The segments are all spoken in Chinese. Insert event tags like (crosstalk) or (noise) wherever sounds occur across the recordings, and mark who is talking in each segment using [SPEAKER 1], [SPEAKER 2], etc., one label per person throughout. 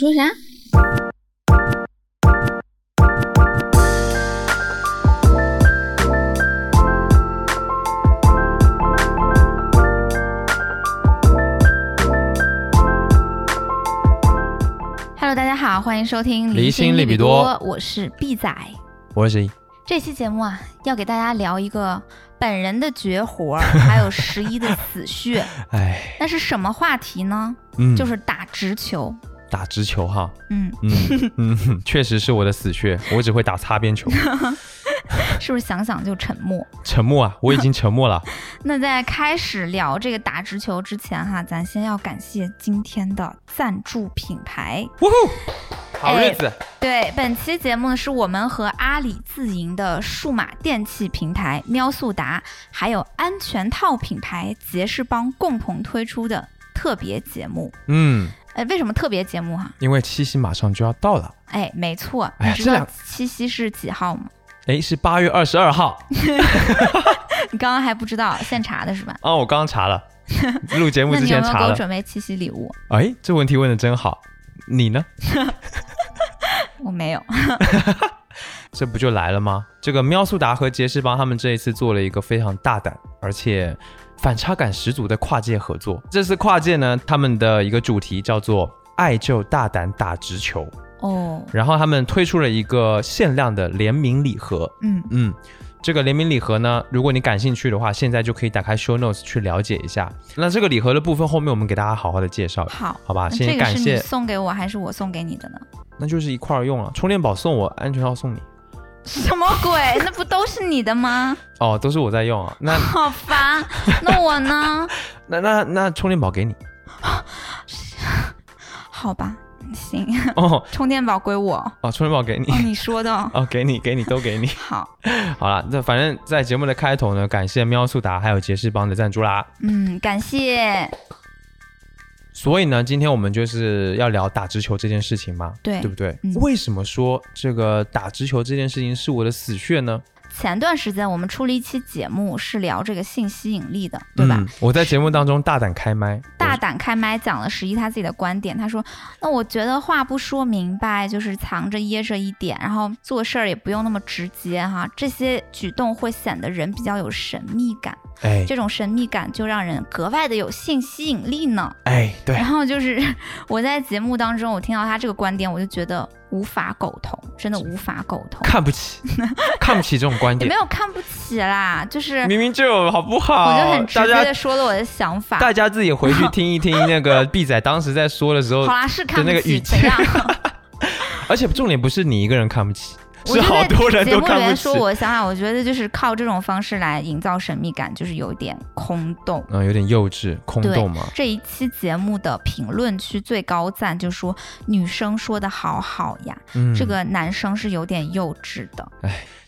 [SPEAKER 1] 你说啥？Hello，大家好，欢迎收听
[SPEAKER 2] 离心利
[SPEAKER 1] 比
[SPEAKER 2] 比多
[SPEAKER 1] 我是 B 仔。
[SPEAKER 2] 我是谁？
[SPEAKER 1] 这期节目啊，要给大家聊一个本人的绝活儿， (laughs) 还有十一的死穴。
[SPEAKER 2] 哎，
[SPEAKER 1] 那是什么话题呢？
[SPEAKER 2] 嗯，
[SPEAKER 1] 就是打直球。
[SPEAKER 2] 打直球哈，
[SPEAKER 1] (laughs) 嗯，
[SPEAKER 2] 嗯嗯，确实是我的死穴，我只会打擦边
[SPEAKER 1] (laughs)
[SPEAKER 2] 球。
[SPEAKER 1] 是不是想想就沉默？
[SPEAKER 2] 沉默啊，我已经沉
[SPEAKER 1] (laughs)
[SPEAKER 2] 默了。
[SPEAKER 1] 那在开始聊这个打直球之前哈，咱先要感谢今天的赞助品牌。
[SPEAKER 2] 呜呼，好日子，
[SPEAKER 1] 对，本期节目呢是我们和阿里自营的数码电器平台喵速达，还有安全套品牌杰士邦共同推出的特别节目。
[SPEAKER 2] 嗯，
[SPEAKER 1] 哎，为什么特别节目哈、
[SPEAKER 2] 因为七夕马上就要到了，
[SPEAKER 1] 哎，没错，你
[SPEAKER 2] 哎呀
[SPEAKER 1] 知
[SPEAKER 2] 这
[SPEAKER 1] 道
[SPEAKER 2] 两
[SPEAKER 1] 七夕是几号吗？
[SPEAKER 2] 哎，是八月二十二号
[SPEAKER 1] 你刚刚还不知道，现查的是吧？
[SPEAKER 2] 啊，我刚刚查
[SPEAKER 1] (laughs)
[SPEAKER 2] 了，录节目
[SPEAKER 1] 那
[SPEAKER 2] 之
[SPEAKER 1] 你有
[SPEAKER 2] 前
[SPEAKER 1] 没有给
[SPEAKER 2] 查
[SPEAKER 1] 我
[SPEAKER 2] 了。
[SPEAKER 1] 准备七夕礼物？
[SPEAKER 2] 哎，这问题问的真好，你呢？
[SPEAKER 1] 我没有。
[SPEAKER 2] 这不就来了吗？这个喵速达和杰士邦他们这一次做了一个非常大胆，而且反差感十足的跨界合作。这次跨界呢，他们的一个主题叫做“爱就大胆打直球
[SPEAKER 1] 哦”，，
[SPEAKER 2] 然后他们推出了一个限量的联名礼盒。
[SPEAKER 1] 嗯，
[SPEAKER 2] 嗯，这个联名礼盒呢，如果你感兴趣的话，现在就可以打开 show notes 去了解一下。那这个礼盒的部分，后面我们给大家好好的介绍，
[SPEAKER 1] 好。
[SPEAKER 2] 好吧？
[SPEAKER 1] 那
[SPEAKER 2] 先
[SPEAKER 1] 这个
[SPEAKER 2] 感
[SPEAKER 1] 是你
[SPEAKER 2] 谢，
[SPEAKER 1] 送给我还是我送给你的呢？ (laughs)
[SPEAKER 2] 那就是一块儿用了。啊充电宝送我，安全套送你。
[SPEAKER 1] 什么鬼？那不都是你的吗？ (laughs)
[SPEAKER 2] 哦，都是我在用啊。那
[SPEAKER 1] 好烦。那我呢？ (laughs)
[SPEAKER 2] 那那那充电宝给你 (laughs)
[SPEAKER 1] 好吧，行， (laughs)
[SPEAKER 2] 哦
[SPEAKER 1] 充电宝归我。哦，
[SPEAKER 2] 哦，充电宝给你
[SPEAKER 1] 你说的。 (laughs)
[SPEAKER 2] 哦，给你给你都给你。
[SPEAKER 1] 好，
[SPEAKER 2] 好了，那反正在节目的开头呢，感谢喵速达还有杰士邦的赞助啦。
[SPEAKER 1] 嗯，感谢。
[SPEAKER 2] 所以呢，今天我们就是要聊打直球这件事情嘛，
[SPEAKER 1] 对
[SPEAKER 2] 对不对？
[SPEAKER 1] 嗯
[SPEAKER 2] 为什么说这个打直球这件事情是我的死穴呢？
[SPEAKER 1] 前段时间我们出了一期节目，是聊这个性吸引力的，对吧？
[SPEAKER 2] 嗯我在节目当中大胆开麦，
[SPEAKER 1] 大胆开麦讲了十一他自己的观点，他说：“那我觉得话不说明白，就是藏着掖着一点，然后做事儿也不用那么直接哈，这些举动会显得人比较有神秘感，
[SPEAKER 2] 我哎
[SPEAKER 1] 这种神秘感就让人格外的有性吸引力呢。”
[SPEAKER 2] 哎，对
[SPEAKER 1] 然，后就是 (laughs) 我在节目当中，我听到他这个观点，我就觉得无法苟同，真的无法苟同，
[SPEAKER 2] 看不起，
[SPEAKER 1] (laughs)
[SPEAKER 2] 看不起这种观
[SPEAKER 1] 也没
[SPEAKER 2] 点，
[SPEAKER 1] 有看不起啦，就是
[SPEAKER 2] 明明就有好不好？
[SPEAKER 1] 我就很直
[SPEAKER 2] 大
[SPEAKER 1] 接
[SPEAKER 2] 家
[SPEAKER 1] 的说了啊我的想法。
[SPEAKER 2] 大家自己回去听一听那个 (laughs) B 仔当时在说的时候
[SPEAKER 1] 好，啦，是看
[SPEAKER 2] 就
[SPEAKER 1] 不
[SPEAKER 2] 那个
[SPEAKER 1] 起
[SPEAKER 2] 语
[SPEAKER 1] 怎
[SPEAKER 2] 气 (laughs)
[SPEAKER 1] 样？
[SPEAKER 2] 而且重点不是你一个人看不起，
[SPEAKER 1] 我
[SPEAKER 2] 是
[SPEAKER 1] 就
[SPEAKER 2] 好
[SPEAKER 1] 在
[SPEAKER 2] 多人
[SPEAKER 1] 节
[SPEAKER 2] 都
[SPEAKER 1] 目里
[SPEAKER 2] 看不
[SPEAKER 1] 面
[SPEAKER 2] 起
[SPEAKER 1] 说。我的想法，我觉得就是靠这种方式来营造神秘感，就是有一点空洞。
[SPEAKER 2] 嗯，有点幼稚、空
[SPEAKER 1] 对
[SPEAKER 2] 洞嘛。
[SPEAKER 1] 这一期节目的评论区最高赞就说女生说的好好呀，
[SPEAKER 2] 嗯，
[SPEAKER 1] 这个男生是有点幼稚的。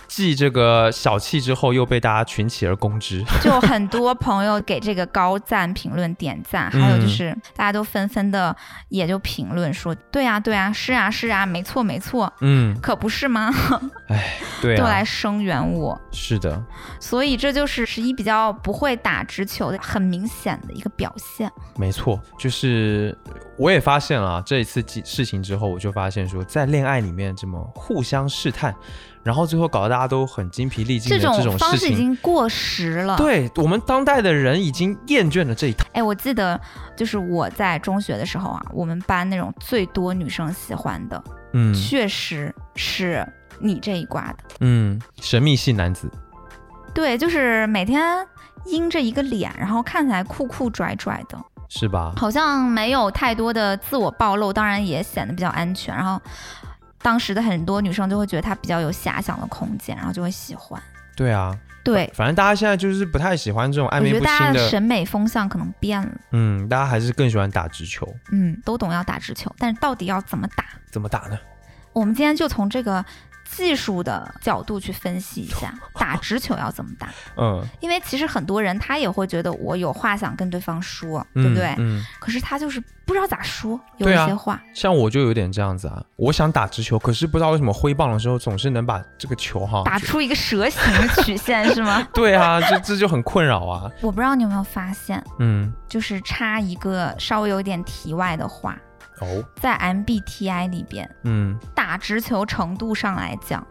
[SPEAKER 2] 继这个小气之后，又被大家群起而攻之。
[SPEAKER 1] 就很多朋友给这个高赞、评论、点赞，还
[SPEAKER 2] 嗯
[SPEAKER 1] 有就是大家都纷纷的也就评论说，对啊，对啊，是啊，是啊，没错，没错，
[SPEAKER 2] (laughs) 嗯，
[SPEAKER 1] 可不是吗？ (laughs)
[SPEAKER 2] 对
[SPEAKER 1] 都
[SPEAKER 2] 啊
[SPEAKER 1] 来，声援我，
[SPEAKER 2] 是的，
[SPEAKER 1] 所以这就是十一比较不会打直球的很明显的一个表现。
[SPEAKER 2] 没错，就是我也发现了啊这一次记事情之后，我就发现说，在恋爱里面这么互相试探，然后最后搞得大家都很精疲力尽
[SPEAKER 1] 这
[SPEAKER 2] 的这
[SPEAKER 1] 种
[SPEAKER 2] 种
[SPEAKER 1] 方
[SPEAKER 2] 事
[SPEAKER 1] 式已
[SPEAKER 2] 情。
[SPEAKER 1] 经过时了。
[SPEAKER 2] 对我们当代的人已经厌倦了这一套，
[SPEAKER 1] 哎，我记得就是我在中学的时候啊，我们班那种最多女生喜欢的，
[SPEAKER 2] 嗯
[SPEAKER 1] 确实是你这一挂的。
[SPEAKER 2] 嗯，神秘系男子，
[SPEAKER 1] 对，就是每天阴着一个脸，然后看起来酷酷拽拽的，
[SPEAKER 2] 是吧？
[SPEAKER 1] 好像没有太多的自我暴露，当然也显得比较安全。然后当时的很多女生就会觉得他比较有遐想的空间，然后就会喜欢。
[SPEAKER 2] 对啊，
[SPEAKER 1] 对，
[SPEAKER 2] 反正大家现在就是不太喜欢这种
[SPEAKER 1] 我
[SPEAKER 2] 暧昧
[SPEAKER 1] 觉得
[SPEAKER 2] 不
[SPEAKER 1] 大家
[SPEAKER 2] 清
[SPEAKER 1] 的
[SPEAKER 2] 的，
[SPEAKER 1] 审美风向可能变了。
[SPEAKER 2] 嗯，大家还是更喜欢打直球。
[SPEAKER 1] 嗯，都懂要打直球，但是到底要怎么打？
[SPEAKER 2] 怎么打呢？
[SPEAKER 1] 我们今天就从这个技术的角度去分析一下打直球要怎么打，
[SPEAKER 2] 嗯，
[SPEAKER 1] 因为其实很多人他也会觉得我有话想跟对方说，对不对？
[SPEAKER 2] 嗯，嗯
[SPEAKER 1] 可是他就是不知道咋说，有
[SPEAKER 2] 对啊
[SPEAKER 1] 一些话，
[SPEAKER 2] 像我就有点这样子啊，我想打直球，可是不知道为什么挥棒的时候总是能把这个球哈
[SPEAKER 1] 打
[SPEAKER 2] 就
[SPEAKER 1] 出一个蛇形的曲
[SPEAKER 2] (laughs)
[SPEAKER 1] 线是吗？
[SPEAKER 2] 对啊，这这就很困扰啊。
[SPEAKER 1] 我不知道你有没有发现，
[SPEAKER 2] 嗯，
[SPEAKER 1] 就是插一个稍微有点题外的话，
[SPEAKER 2] 哦，
[SPEAKER 1] 在 MBTI 里边，
[SPEAKER 2] 嗯，
[SPEAKER 1] 打直球程度上来讲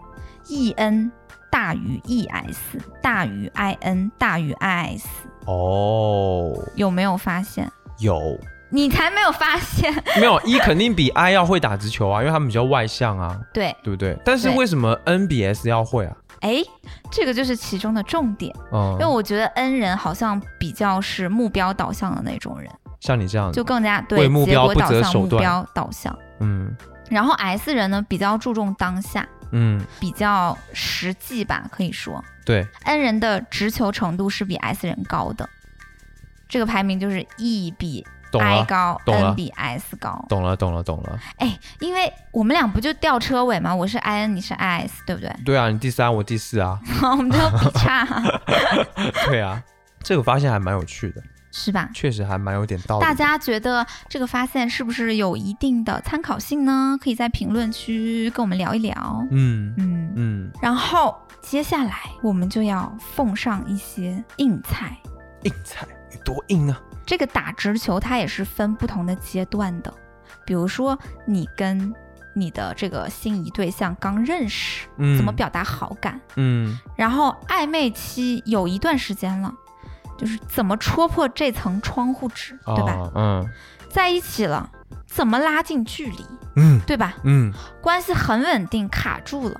[SPEAKER 1] ，EN 大于 ES 大于 IN 大于 IS，
[SPEAKER 2] 哦，
[SPEAKER 1] 有没有发现？
[SPEAKER 2] 有
[SPEAKER 1] 你才没有发现， (laughs)
[SPEAKER 2] 没有 E 肯定比 I 要会打直球啊，因为他们比较外向啊，
[SPEAKER 1] 对，
[SPEAKER 2] 对不对？但是
[SPEAKER 1] 对
[SPEAKER 2] 为什么 NBS 要会啊？
[SPEAKER 1] 哎，这个就是其中的重点，因为
[SPEAKER 2] 嗯，
[SPEAKER 1] 我觉得 N 人好像比较是目标导向的那种人，
[SPEAKER 2] 像你这样
[SPEAKER 1] 就
[SPEAKER 2] 子，
[SPEAKER 1] 更加
[SPEAKER 2] 为
[SPEAKER 1] 对
[SPEAKER 2] 目
[SPEAKER 1] 结
[SPEAKER 2] 标
[SPEAKER 1] 果
[SPEAKER 2] 不
[SPEAKER 1] 导
[SPEAKER 2] 择
[SPEAKER 1] 向、
[SPEAKER 2] 手
[SPEAKER 1] 目
[SPEAKER 2] 段
[SPEAKER 1] 标导向。
[SPEAKER 2] 嗯
[SPEAKER 1] 然后 S 人呢比较注重当下，
[SPEAKER 2] 嗯，
[SPEAKER 1] 比较实际吧，可以说
[SPEAKER 2] 对，
[SPEAKER 1] N 人的直球程度是比 S 人高的，这个排名就是 E 比
[SPEAKER 2] 懂
[SPEAKER 1] I
[SPEAKER 2] 了，
[SPEAKER 1] 高
[SPEAKER 2] 懂了
[SPEAKER 1] ，N 比 S 高。
[SPEAKER 2] 懂了，懂了，懂了。
[SPEAKER 1] 哎，因为我们俩不就吊车尾吗？我是 I N，你是 I S，对不 (laughs) 对？
[SPEAKER 2] 对啊，你第三，我第四
[SPEAKER 1] (laughs)
[SPEAKER 2] 啊，
[SPEAKER 1] 我们就
[SPEAKER 2] (laughs)
[SPEAKER 1] 比差，
[SPEAKER 2] 对啊，这个发现还蛮有趣的，
[SPEAKER 1] 是吧？
[SPEAKER 2] 确实还蛮有点道理的。
[SPEAKER 1] 大家觉得这个发现是不是有一定的参考性呢？可以在评论区跟我们聊一聊。
[SPEAKER 2] 嗯
[SPEAKER 1] 嗯，
[SPEAKER 2] 嗯，
[SPEAKER 1] 然后接下来我们就要奉上一些硬菜。
[SPEAKER 2] 硬菜有多硬啊？
[SPEAKER 1] 这个打直球它也是分不同的阶段的，比如说你跟你的这个心仪对象刚认识，
[SPEAKER 2] 嗯，
[SPEAKER 1] 怎么？表达好感，
[SPEAKER 2] 嗯，
[SPEAKER 1] 然后暧昧期有一段时间了，就是怎么戳破这层窗户纸，对吧？
[SPEAKER 2] 哦？嗯
[SPEAKER 1] 在一起了，怎么拉近距离，
[SPEAKER 2] 嗯
[SPEAKER 1] 对吧？
[SPEAKER 2] 嗯，
[SPEAKER 1] 关系很稳定，卡住了，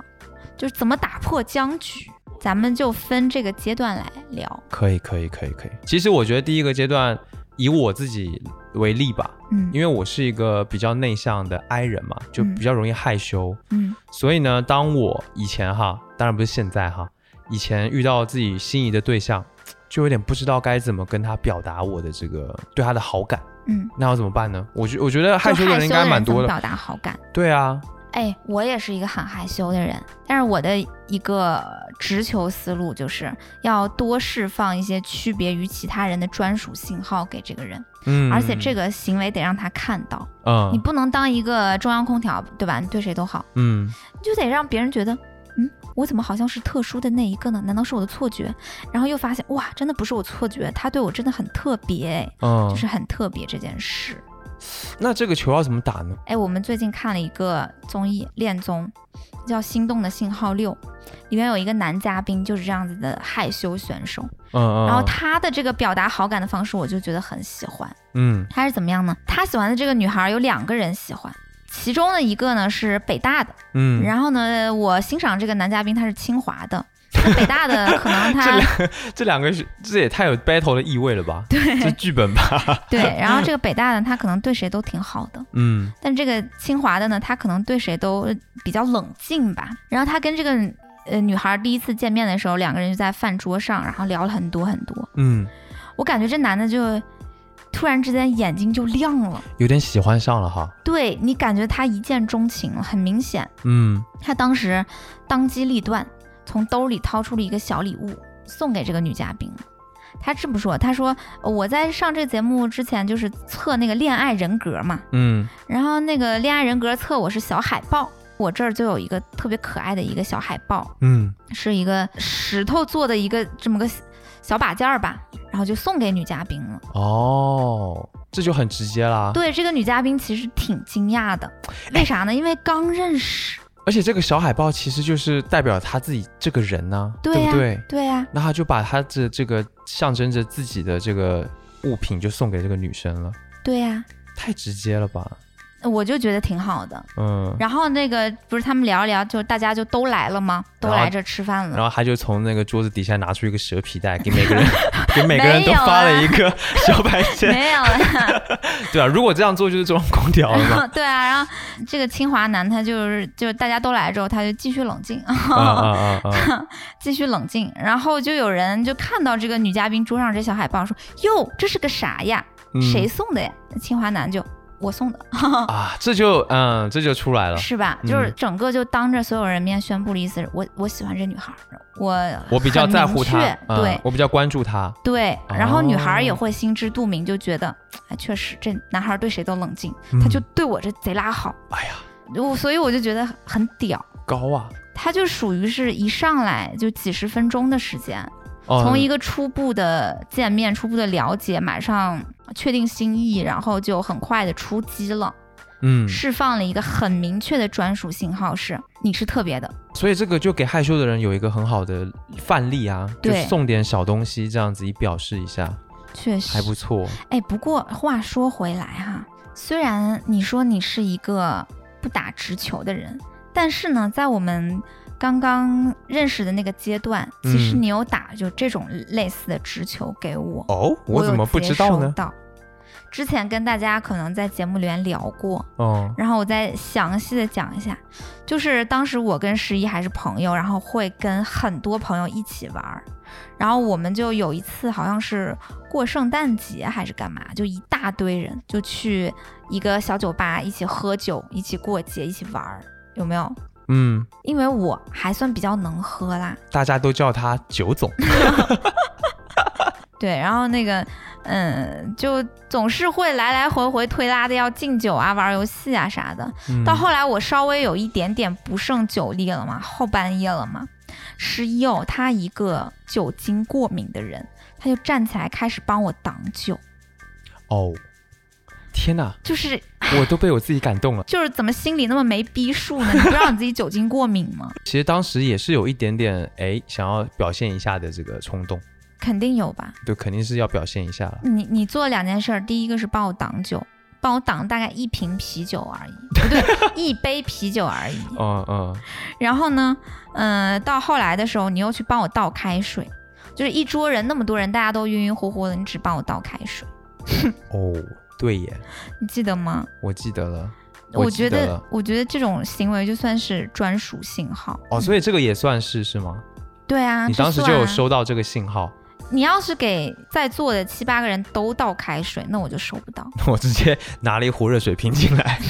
[SPEAKER 1] 就是怎么打破僵局，咱们就分这个阶段来聊。
[SPEAKER 2] 可以可以可以可以。其实我觉得第一个阶段，以我自己为例吧，
[SPEAKER 1] 嗯
[SPEAKER 2] 因为我是一个比较内向的 I 人嘛，就
[SPEAKER 1] 嗯
[SPEAKER 2] 比较容易害羞，
[SPEAKER 1] 嗯
[SPEAKER 2] 所以呢，当我以前哈，当然不是现在哈，以前遇到自己心仪的对象，就有点不知道该怎么跟他表达我的这个对他的好感，
[SPEAKER 1] 嗯，
[SPEAKER 2] 那要怎么办呢？我觉我觉得害
[SPEAKER 1] 就
[SPEAKER 2] 羞的人应该蛮多
[SPEAKER 1] 怎么
[SPEAKER 2] 的，
[SPEAKER 1] 表达好感。
[SPEAKER 2] 对啊，
[SPEAKER 1] 哎，我也是一个很害羞的人，但是我的一个直球思路就是要多释放一些区别于其他人的专属信号给这个人，
[SPEAKER 2] 嗯，
[SPEAKER 1] 而且这
[SPEAKER 2] 个，
[SPEAKER 1] 个行为得让他看到，你
[SPEAKER 2] 嗯
[SPEAKER 1] 不能当一个中央空调，对吧？你对谁都好。
[SPEAKER 2] 嗯，
[SPEAKER 1] 就得让别人觉得，嗯，我怎么好像是特殊的那一个呢？难道是我的错觉？然后又发现，哇，真的不是我错觉，他对我真的很特别，哎，
[SPEAKER 2] 嗯，
[SPEAKER 1] 就是很特别这件事。
[SPEAKER 2] 那这个球要怎么打呢？
[SPEAKER 1] 哎，我们最近看了一个综艺《恋综》，叫《心动的信号六》，里面有一个男嘉宾就是这样子的害羞选手，
[SPEAKER 2] 嗯嗯，
[SPEAKER 1] 然后他的这个表达好感的方式，我就觉得很喜欢。
[SPEAKER 2] 嗯
[SPEAKER 1] 他是怎么样呢？他喜欢的这个女孩有两个人喜欢，其中的一个呢是北大的。
[SPEAKER 2] 嗯，
[SPEAKER 1] 然后呢，我欣赏这个男嘉宾他是清华
[SPEAKER 2] (laughs)
[SPEAKER 1] 的，那北大的可能
[SPEAKER 2] 这
[SPEAKER 1] 他
[SPEAKER 2] 两这两个是这也太有 battle 的意味了吧？对，这剧本吧，
[SPEAKER 1] 对，然后这个北大的他可能对谁都挺好的，
[SPEAKER 2] 嗯
[SPEAKER 1] 但这个清华的呢，他可能对谁都比较冷静吧。然后他跟这个呃女孩第一次见面的时候，两个人就在饭桌上，然后聊了很多很多。
[SPEAKER 2] 嗯，
[SPEAKER 1] 我感觉这男的就突然之间眼睛就亮了，
[SPEAKER 2] 有点喜欢上了哈，
[SPEAKER 1] 对你感觉他一见钟情了，很明显。
[SPEAKER 2] 嗯
[SPEAKER 1] 他当时当机立断，从兜里掏出了一个小礼物，送给这个女嘉宾。他这么说，他说呃我在上这节目之前就是测那个恋爱人格嘛，
[SPEAKER 2] 嗯
[SPEAKER 1] 然后那个恋爱人格测我是小海豹，我这儿就有一个特别可爱的一个小海豹，
[SPEAKER 2] 嗯
[SPEAKER 1] 是一个石头做的一个这么个小把件儿吧，然后就送给女嘉宾了。
[SPEAKER 2] 啊哦，这就很直接啦。，
[SPEAKER 1] 对，这个女嘉宾其实挺惊讶的，为啥呢？因为刚认识。
[SPEAKER 2] 而且这个小海报其实就是代表他自己这个人呢、
[SPEAKER 1] 对
[SPEAKER 2] 对
[SPEAKER 1] 呀、
[SPEAKER 2] 不对？
[SPEAKER 1] 对呀、
[SPEAKER 2] 那他就把他的这个象征着自己的这个物品就送给这个女生了，
[SPEAKER 1] 对呀、
[SPEAKER 2] 太直接了吧？
[SPEAKER 1] 我就觉得挺好的。
[SPEAKER 2] 嗯，
[SPEAKER 1] 然后那个不是他们聊一聊，就大家就都来了吗？都
[SPEAKER 2] 然后
[SPEAKER 1] 来这吃饭
[SPEAKER 2] 然
[SPEAKER 1] 了。
[SPEAKER 2] 后他就从那个桌子底下拿出一个蛇皮袋，给每
[SPEAKER 1] (laughs)
[SPEAKER 2] 个人给每个人
[SPEAKER 1] 没
[SPEAKER 2] 都
[SPEAKER 1] 有
[SPEAKER 2] 发
[SPEAKER 1] 啊
[SPEAKER 2] 了一
[SPEAKER 1] (laughs)
[SPEAKER 2] 个小白签，
[SPEAKER 1] 没有
[SPEAKER 2] (laughs)
[SPEAKER 1] 了，
[SPEAKER 2] 对啊，如果这样做哦就是中央空调了
[SPEAKER 1] 然 (laughs)
[SPEAKER 2] 嘛
[SPEAKER 1] 后对啊，然后这个清华男他就是，就是大家都来之后，他就继续冷静， (laughs)
[SPEAKER 2] 啊啊啊
[SPEAKER 1] 嗯
[SPEAKER 2] 啊！
[SPEAKER 1] 继续冷静。然后就有人就看到这个女嘉宾桌上这小海报，说：“哟，这是个啥呀？
[SPEAKER 2] 嗯
[SPEAKER 1] 谁送的呀？”清华男就我送的，
[SPEAKER 2] 啊？这就嗯，这就出来了。
[SPEAKER 1] 是吧？
[SPEAKER 2] 嗯
[SPEAKER 1] 就是整个就当着所有人面宣布了意思是，我我喜欢这女孩儿，我
[SPEAKER 2] 我比较
[SPEAKER 1] 很
[SPEAKER 2] 在
[SPEAKER 1] 明
[SPEAKER 2] 乎他
[SPEAKER 1] 确，
[SPEAKER 2] 嗯
[SPEAKER 1] 对
[SPEAKER 2] 我比较关注他。
[SPEAKER 1] 对，然后女孩儿也
[SPEAKER 2] 哦
[SPEAKER 1] 会心知肚明，就觉得，哎，确实这男孩儿对谁都冷静，
[SPEAKER 2] 嗯
[SPEAKER 1] 他就对我这贼拉好，
[SPEAKER 2] 哎呀，
[SPEAKER 1] 我所以我就觉得很屌。
[SPEAKER 2] 高啊！
[SPEAKER 1] 他就属于是一上来就几十分钟的时间，
[SPEAKER 2] 哦
[SPEAKER 1] 从一个初步的见面、初步的了解，马上确定心意，然后就很快的出击了。
[SPEAKER 2] 嗯，
[SPEAKER 1] 释放了一个很明确的专属信号是，你是特别的。
[SPEAKER 2] 所以这个就给害羞的人有一个很好的范例啊，就
[SPEAKER 1] 对
[SPEAKER 2] 送点小东西这样子以表示一下，
[SPEAKER 1] 确实
[SPEAKER 2] 还不错。
[SPEAKER 1] 哎，不过话说回来哈，虽然你说你是一个不打直球的人，但是呢，在我们刚刚认识的那个阶段，其实
[SPEAKER 2] 嗯
[SPEAKER 1] 你有打就这种类似的直球给我，
[SPEAKER 2] 哦，我
[SPEAKER 1] 有
[SPEAKER 2] 怎么不
[SPEAKER 1] 接
[SPEAKER 2] 知道
[SPEAKER 1] 收
[SPEAKER 2] 呢？
[SPEAKER 1] 到之前跟大家可能在节目里面聊过，
[SPEAKER 2] 哦，
[SPEAKER 1] 然后我再详细的讲一下，就是当时我跟十一还是朋友，然后会跟很多朋友一起玩儿，然后我们就有一次好像是过圣诞节还是干嘛，就一大堆人就去一个小酒吧一起喝酒，一起过节，一起玩儿，有没有？
[SPEAKER 2] 嗯，
[SPEAKER 1] 因为我还算比较能喝啦，
[SPEAKER 2] 大家都叫他九总。
[SPEAKER 1] 对，然后那个，嗯，就总是会来来回回推拉的要敬酒啊、玩儿游戏啊啥的，
[SPEAKER 2] 嗯
[SPEAKER 1] 到后来我稍微有一点点不胜酒力了嘛，后半夜了嘛，十一哦，他一个酒精过敏的人，他就站起来开始帮我挡酒，
[SPEAKER 2] 哦，天哪，
[SPEAKER 1] 就是
[SPEAKER 2] 我都被我自己感
[SPEAKER 1] (laughs)
[SPEAKER 2] 动了。
[SPEAKER 1] 就是怎么心里那么没逼数呢？你不知道你自己酒精过敏吗？ (laughs)
[SPEAKER 2] 其实当时也是有一点点哎，想要表现一下的这个冲动，
[SPEAKER 1] 肯定有吧？
[SPEAKER 2] 对，肯定是要表现一下了。
[SPEAKER 1] 你你做两件事儿，第一个是帮我挡酒，帮我挡大概一瓶啤酒而已，不对，一杯啤酒而已。
[SPEAKER 2] 嗯嗯，
[SPEAKER 1] 然后呢，嗯、到后来的时候，你又去帮我倒开水，就是一桌人那么多人，大家都晕晕乎乎的，你只帮我倒开水，
[SPEAKER 2] 哦，对耶，
[SPEAKER 1] 你记得吗？
[SPEAKER 2] 我记得了。
[SPEAKER 1] 我
[SPEAKER 2] 记
[SPEAKER 1] 觉
[SPEAKER 2] 得
[SPEAKER 1] 得
[SPEAKER 2] 了，
[SPEAKER 1] 我觉得这种行为就算是专属信号。
[SPEAKER 2] 哦，所以这个也算是是吗？
[SPEAKER 1] 对啊，
[SPEAKER 2] 你
[SPEAKER 1] 嗯这
[SPEAKER 2] 当时就
[SPEAKER 1] 算啊
[SPEAKER 2] 有。收到这个信号， (laughs)
[SPEAKER 1] 你要是给在座的七八个人都倒开水，那我就收不到。
[SPEAKER 2] 我直接拿了一壶热水瓶进
[SPEAKER 1] (laughs)
[SPEAKER 2] 来，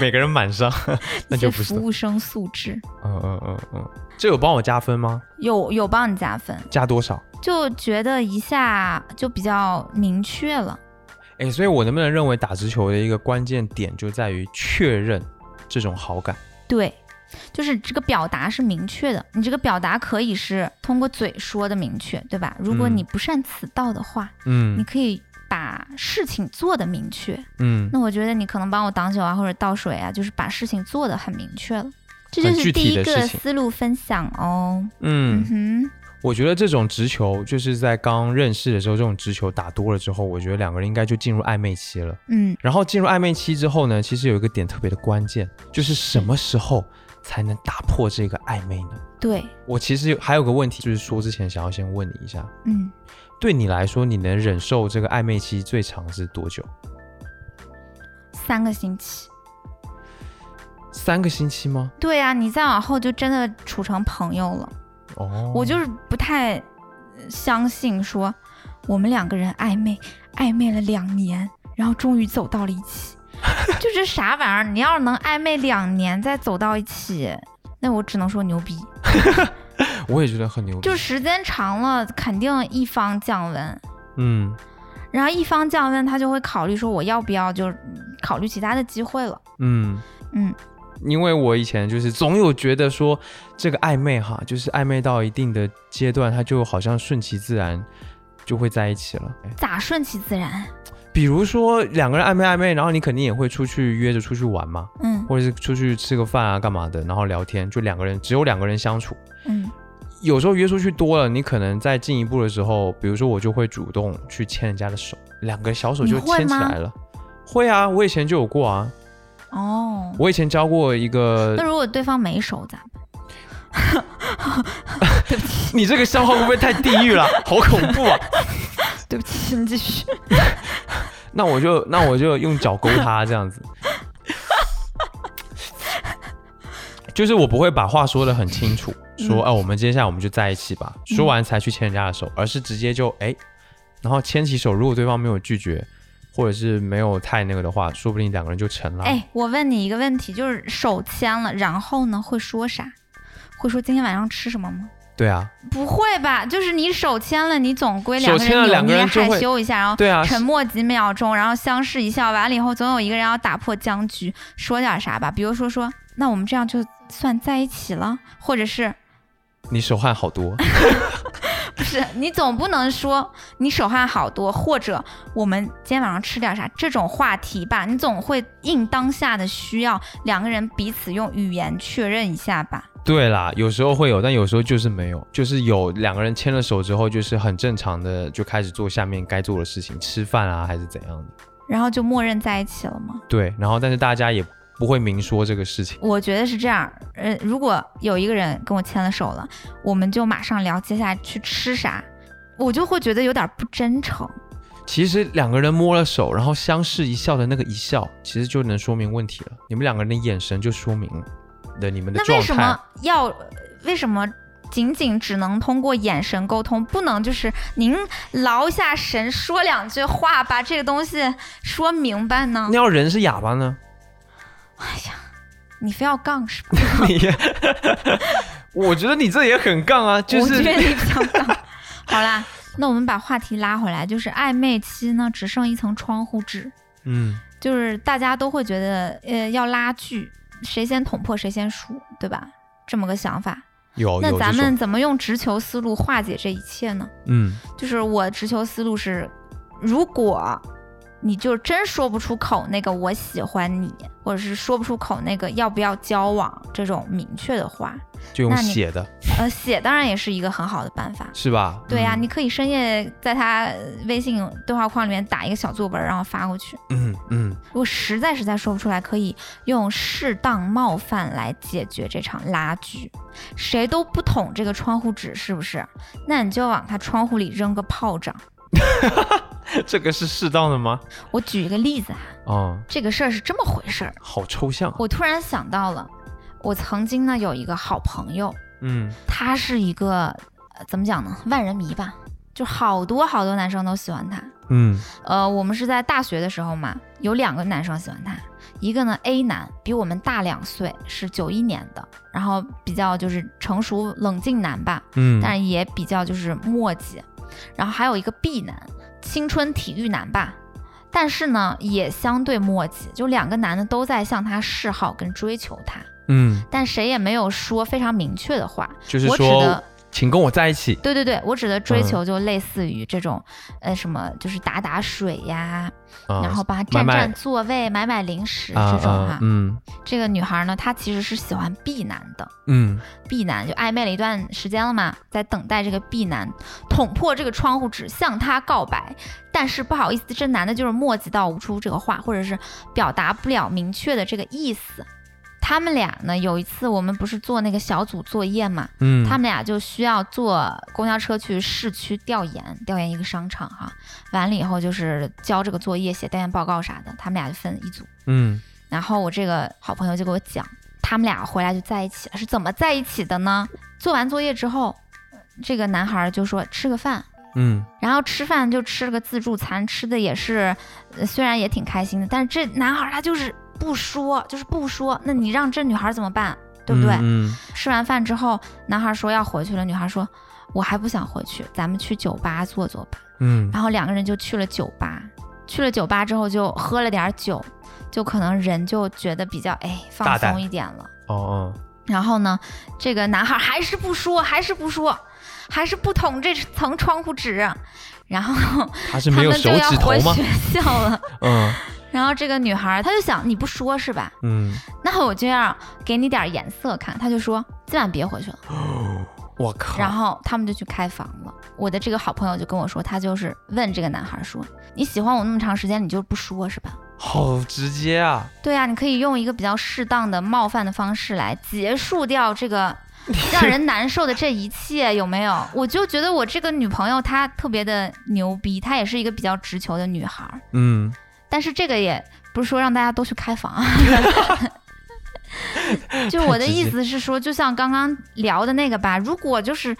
[SPEAKER 2] 每个人满上， (laughs) (laughs) 那就
[SPEAKER 1] 一些
[SPEAKER 2] 不是
[SPEAKER 1] 服
[SPEAKER 2] 了。
[SPEAKER 1] 务生素质，
[SPEAKER 2] 嗯嗯嗯嗯，这有帮我加分吗？
[SPEAKER 1] 有有帮你加分，
[SPEAKER 2] 加多少？
[SPEAKER 1] 就觉得一下就比较明确了。
[SPEAKER 2] 哎，所以我能不能认为打直球的一个关键点就在于确认这种好感？
[SPEAKER 1] 对，就是这个表达是明确的，你这个表达可以是通过嘴说的明确，对吧？如果
[SPEAKER 2] 嗯
[SPEAKER 1] 你不善此道的话，你
[SPEAKER 2] 嗯
[SPEAKER 1] 可以把事情做得明确。
[SPEAKER 2] 嗯，
[SPEAKER 1] 那我觉得你可能帮我挡酒啊，或者倒水啊，就是把事情做得很明确了。这
[SPEAKER 2] 很
[SPEAKER 1] 就
[SPEAKER 2] 具
[SPEAKER 1] 是第
[SPEAKER 2] 体
[SPEAKER 1] 一
[SPEAKER 2] 的
[SPEAKER 1] 个
[SPEAKER 2] 事情
[SPEAKER 1] 思路分享哦。
[SPEAKER 2] 嗯
[SPEAKER 1] 嗯哼，
[SPEAKER 2] 我觉得这种直球就是在刚认识的时候，这种直球打多了之后，我觉得两个人应该就进入暧昧期了。
[SPEAKER 1] 嗯，
[SPEAKER 2] 然后进入暧昧期之后呢，其实有一个点特别的关键，就是什么时候才能打破这个暧昧呢？
[SPEAKER 1] 对，
[SPEAKER 2] 我其实还有个问题，就是说之前想要先问你一下，
[SPEAKER 1] 嗯，
[SPEAKER 2] 对你来说，你能忍受这个暧昧期最长是多久？
[SPEAKER 1] 三个星期。
[SPEAKER 2] 三个星期吗？
[SPEAKER 1] 对啊，你再往后就真的处成朋友了。
[SPEAKER 2] 哦，
[SPEAKER 1] 我就是不太呃相信说我们两个人暧昧暧昧了两年，然后终于走到了一起， (laughs) 就这啥玩意儿？你要是能暧昧两年再走到一起，那我只能说牛逼。
[SPEAKER 2] 我也觉得很牛逼，
[SPEAKER 1] 就时间长了，肯定一方降温，
[SPEAKER 2] 嗯，
[SPEAKER 1] 然后一方降温，他就会考虑说我要不要就是嗯考虑其他的机会了。
[SPEAKER 2] 嗯
[SPEAKER 1] 嗯，
[SPEAKER 2] 因为我以前就是总有觉得说这个暧昧哈，就是暧昧到一定的阶段，它就好像顺其自然就会在一起了。哎
[SPEAKER 1] 咋顺其自然？
[SPEAKER 2] 比如说两个人暧昧暧昧，然后你肯定也会出去约着出去玩嘛，
[SPEAKER 1] 嗯
[SPEAKER 2] 或者是出去吃个饭啊干嘛的，然后聊天，就两个人只有两个人相处。
[SPEAKER 1] 嗯
[SPEAKER 2] 有时候约出去多了，你可能在进一步的时候，比如说我就会主动去牵人家的手，两个小手就
[SPEAKER 1] 你会
[SPEAKER 2] 牵起
[SPEAKER 1] 吗
[SPEAKER 2] 来了。会啊，我以前就有过啊，
[SPEAKER 1] 哦。
[SPEAKER 2] 我以前教过一个
[SPEAKER 1] 那如果对方没手
[SPEAKER 2] 啊
[SPEAKER 1] 咋办？对不起，
[SPEAKER 2] 你这个笑话会不会太地
[SPEAKER 1] (laughs)
[SPEAKER 2] 狱了？好恐怖啊！
[SPEAKER 1] 对不起，你继续。
[SPEAKER 2] (laughs) 那我就那我就用脚勾他这
[SPEAKER 1] (laughs)
[SPEAKER 2] 样子，就是我不会把话说的很清楚，说
[SPEAKER 1] 嗯
[SPEAKER 2] 啊，我们接下来我们就在一起吧，说完才去牵人家的手，而是直接就哎，然后牵起手，如果对方没有拒绝，或者是没有太那个的话，说不定两个人就成了。
[SPEAKER 1] 哎，我问你一个问题，就是手牵了，然后呢会说啥？会说今天晚上吃什么吗？
[SPEAKER 2] 对啊，
[SPEAKER 1] 不会吧？就是你手牵了，你总归两个
[SPEAKER 2] 手牵了
[SPEAKER 1] 人
[SPEAKER 2] 两
[SPEAKER 1] 扭
[SPEAKER 2] 个
[SPEAKER 1] 捏
[SPEAKER 2] 人就会
[SPEAKER 1] 害羞一下，然后
[SPEAKER 2] 对啊，
[SPEAKER 1] 沉默几秒钟，然后相视一笑，完了以后总有一个人要打破僵局，说点啥吧？比如说说，那我们这样就算在一起了，或者是
[SPEAKER 2] 你手汗好多，
[SPEAKER 1] 不是你总不能说你手汗好多，或者我们今天晚上吃点啥这种话题吧，你总会应当下的需要，两个人彼此用语言确认一下吧。
[SPEAKER 2] 对啦，有时候会有，但有时候就是没有，就是有两个人牵了手之后，就是很正常的就开始做下面该做的事情，吃饭啊还是怎样的。
[SPEAKER 1] 然后就默认在一起了吗？
[SPEAKER 2] 对，然后但是大家也不会明说这个事情。
[SPEAKER 1] 我觉得是这样，呃，如果有一个人跟我牵了手了，我们就马上聊接下来去吃啥，我就会觉得有点不真诚。
[SPEAKER 2] 其实两个人摸了手，然后相视一笑的那个一笑，其实就能说明问题了。你们两个人的眼神就说明了你们的
[SPEAKER 1] 那
[SPEAKER 2] 状
[SPEAKER 1] 为什
[SPEAKER 2] 态
[SPEAKER 1] 么。要为什么仅仅只能通过眼神沟通，不能就是您劳一下神说两句话，把这个东西说明白呢
[SPEAKER 2] 那？要人是哑巴呢？
[SPEAKER 1] 你非要杠是吧？
[SPEAKER 2] 你， (laughs) 我觉得你这也很
[SPEAKER 1] (laughs)
[SPEAKER 2] 杠啊， (laughs) 就
[SPEAKER 1] 我
[SPEAKER 2] 是
[SPEAKER 1] 觉得你比较杠。好啦，那我们把话题拉回来，就是暧昧期呢，只剩一层窗户纸，
[SPEAKER 2] 嗯，
[SPEAKER 1] 就是大家都会觉得，呃，要拉锯，谁先捅破谁先输，对吧？这么个想法。
[SPEAKER 2] 哦有
[SPEAKER 1] 那
[SPEAKER 2] 有
[SPEAKER 1] 咱
[SPEAKER 2] 这种
[SPEAKER 1] 们怎么用直球思路化解这一切呢？
[SPEAKER 2] 嗯
[SPEAKER 1] 就是我直球思路是，如果你就真说不出口那个我喜欢你，或者是说不出口那个要不要交往这种明确的话，
[SPEAKER 2] 就用
[SPEAKER 1] 那你
[SPEAKER 2] 写的
[SPEAKER 1] 呃，写当然也是一个很好的办法。
[SPEAKER 2] 是吧？
[SPEAKER 1] 对呀、
[SPEAKER 2] 嗯
[SPEAKER 1] 你可以深夜在他呃微信对话框里面打一个小作文，然后发过去。
[SPEAKER 2] 嗯嗯，
[SPEAKER 1] 如果实在实在说不出来，可以用适当冒犯来解决这场拉锯。谁都不捅这个窗户纸，是不是？那你就往他窗户里扔个炮仗。
[SPEAKER 2] 这个是适当的吗？
[SPEAKER 1] 我举一个例子啊，
[SPEAKER 2] 哦，
[SPEAKER 1] 这个事儿是这么回事儿。
[SPEAKER 2] 好抽象啊。
[SPEAKER 1] 我突然想到了，我曾经呢有一个好朋友，
[SPEAKER 2] 嗯
[SPEAKER 1] 他是一个、呃怎么讲呢，万人迷吧，就好多好多男生都喜欢他。
[SPEAKER 2] 嗯
[SPEAKER 1] 呃，我们是在大学的时候嘛，有两个男生喜欢他，一个呢 A 男比我们大两岁，是九一年的，然后比较就是成熟冷静男吧，
[SPEAKER 2] 嗯，
[SPEAKER 1] 但是也比较就是墨迹。然后还有一个 B 男，青春体育男吧，但是呢也相对墨迹，就两个男的都在向他示好跟追求他，
[SPEAKER 2] 嗯，
[SPEAKER 1] 但谁也没有说非常明确的话。
[SPEAKER 2] 就是
[SPEAKER 1] 我指
[SPEAKER 2] 说
[SPEAKER 1] 的，，
[SPEAKER 2] 请跟我在一起。
[SPEAKER 1] 对对对，我指的追求就类似于这种，呃，什么就是打打水呀，
[SPEAKER 2] 啊
[SPEAKER 1] 然后帮他
[SPEAKER 2] 买
[SPEAKER 1] 占
[SPEAKER 2] 买
[SPEAKER 1] 占座位、买买零食
[SPEAKER 2] 啊
[SPEAKER 1] 这种哈、
[SPEAKER 2] 啊嗯
[SPEAKER 1] 这个女孩呢，她其实是喜欢 B 男的，
[SPEAKER 2] 嗯
[SPEAKER 1] B 男就暧昧了一段时间了嘛，在等待这个 B 男捅破这个窗户纸向她告白，但是不好意思，这男的就是墨迹到无出这个话，或者是表达不了明确的这个意思。他们俩呢，有一次我们不是做那个小组作业嘛，
[SPEAKER 2] 嗯，
[SPEAKER 1] 他们俩就需要坐公交车去市区调研，调研一个商场哈、完了以后就是交这个作业、写调研报告啥的，他们俩就分一组。
[SPEAKER 2] 嗯
[SPEAKER 1] 然后我这个好朋友就给我讲，他们俩回来就在一起了，是怎么在一起的呢？做完作业之后，这个男孩就说吃个饭，
[SPEAKER 2] 嗯
[SPEAKER 1] 然后吃饭就吃了个自助餐，吃的也是，呃虽然也挺开心的，但是这男孩他就是不说，就是不说，那你让这女孩怎么办，对不对？
[SPEAKER 2] 嗯
[SPEAKER 1] 吃完饭之后，男孩说要回去了，女孩说我还不想回去，咱们去酒吧坐坐吧。
[SPEAKER 2] 嗯
[SPEAKER 1] 然后两个人就去了酒吧，去了酒吧之后就喝了点儿酒，就可能人就觉得比较哎
[SPEAKER 2] 大
[SPEAKER 1] 放
[SPEAKER 2] 胆
[SPEAKER 1] 松一点了。
[SPEAKER 2] 哦哦
[SPEAKER 1] 然后呢，这个男孩还是不说，还是不说，还是不捅这层窗户纸。然后
[SPEAKER 2] 他是
[SPEAKER 1] 他
[SPEAKER 2] 没有
[SPEAKER 1] 们就
[SPEAKER 2] 手
[SPEAKER 1] 要
[SPEAKER 2] 指头
[SPEAKER 1] 回
[SPEAKER 2] 吗
[SPEAKER 1] 学？校了。
[SPEAKER 2] 嗯
[SPEAKER 1] 然后这个女孩她就想，你不说是吧？
[SPEAKER 2] 嗯，
[SPEAKER 1] 那我就要给你点儿颜色看。她就说今晚别回去了。
[SPEAKER 2] 我靠，
[SPEAKER 1] 然后他们就去开房了。我的这个好朋友就跟我说，他就是问这个男孩说：“你喜欢我那么长时间，你就不说是吧
[SPEAKER 2] 好直接啊！？”
[SPEAKER 1] 对啊，你可以用一个比较适当的冒犯的方式来结束掉这个让人难受的这一切，有没有？我就觉得我这个女朋友她特别的牛逼，她也是一个比较直球的女孩儿。
[SPEAKER 2] 嗯，
[SPEAKER 1] 但是这个也不是说让大家都去开房啊。 (laughs) 就我的意思是说，就像刚刚聊的那个吧，如果就是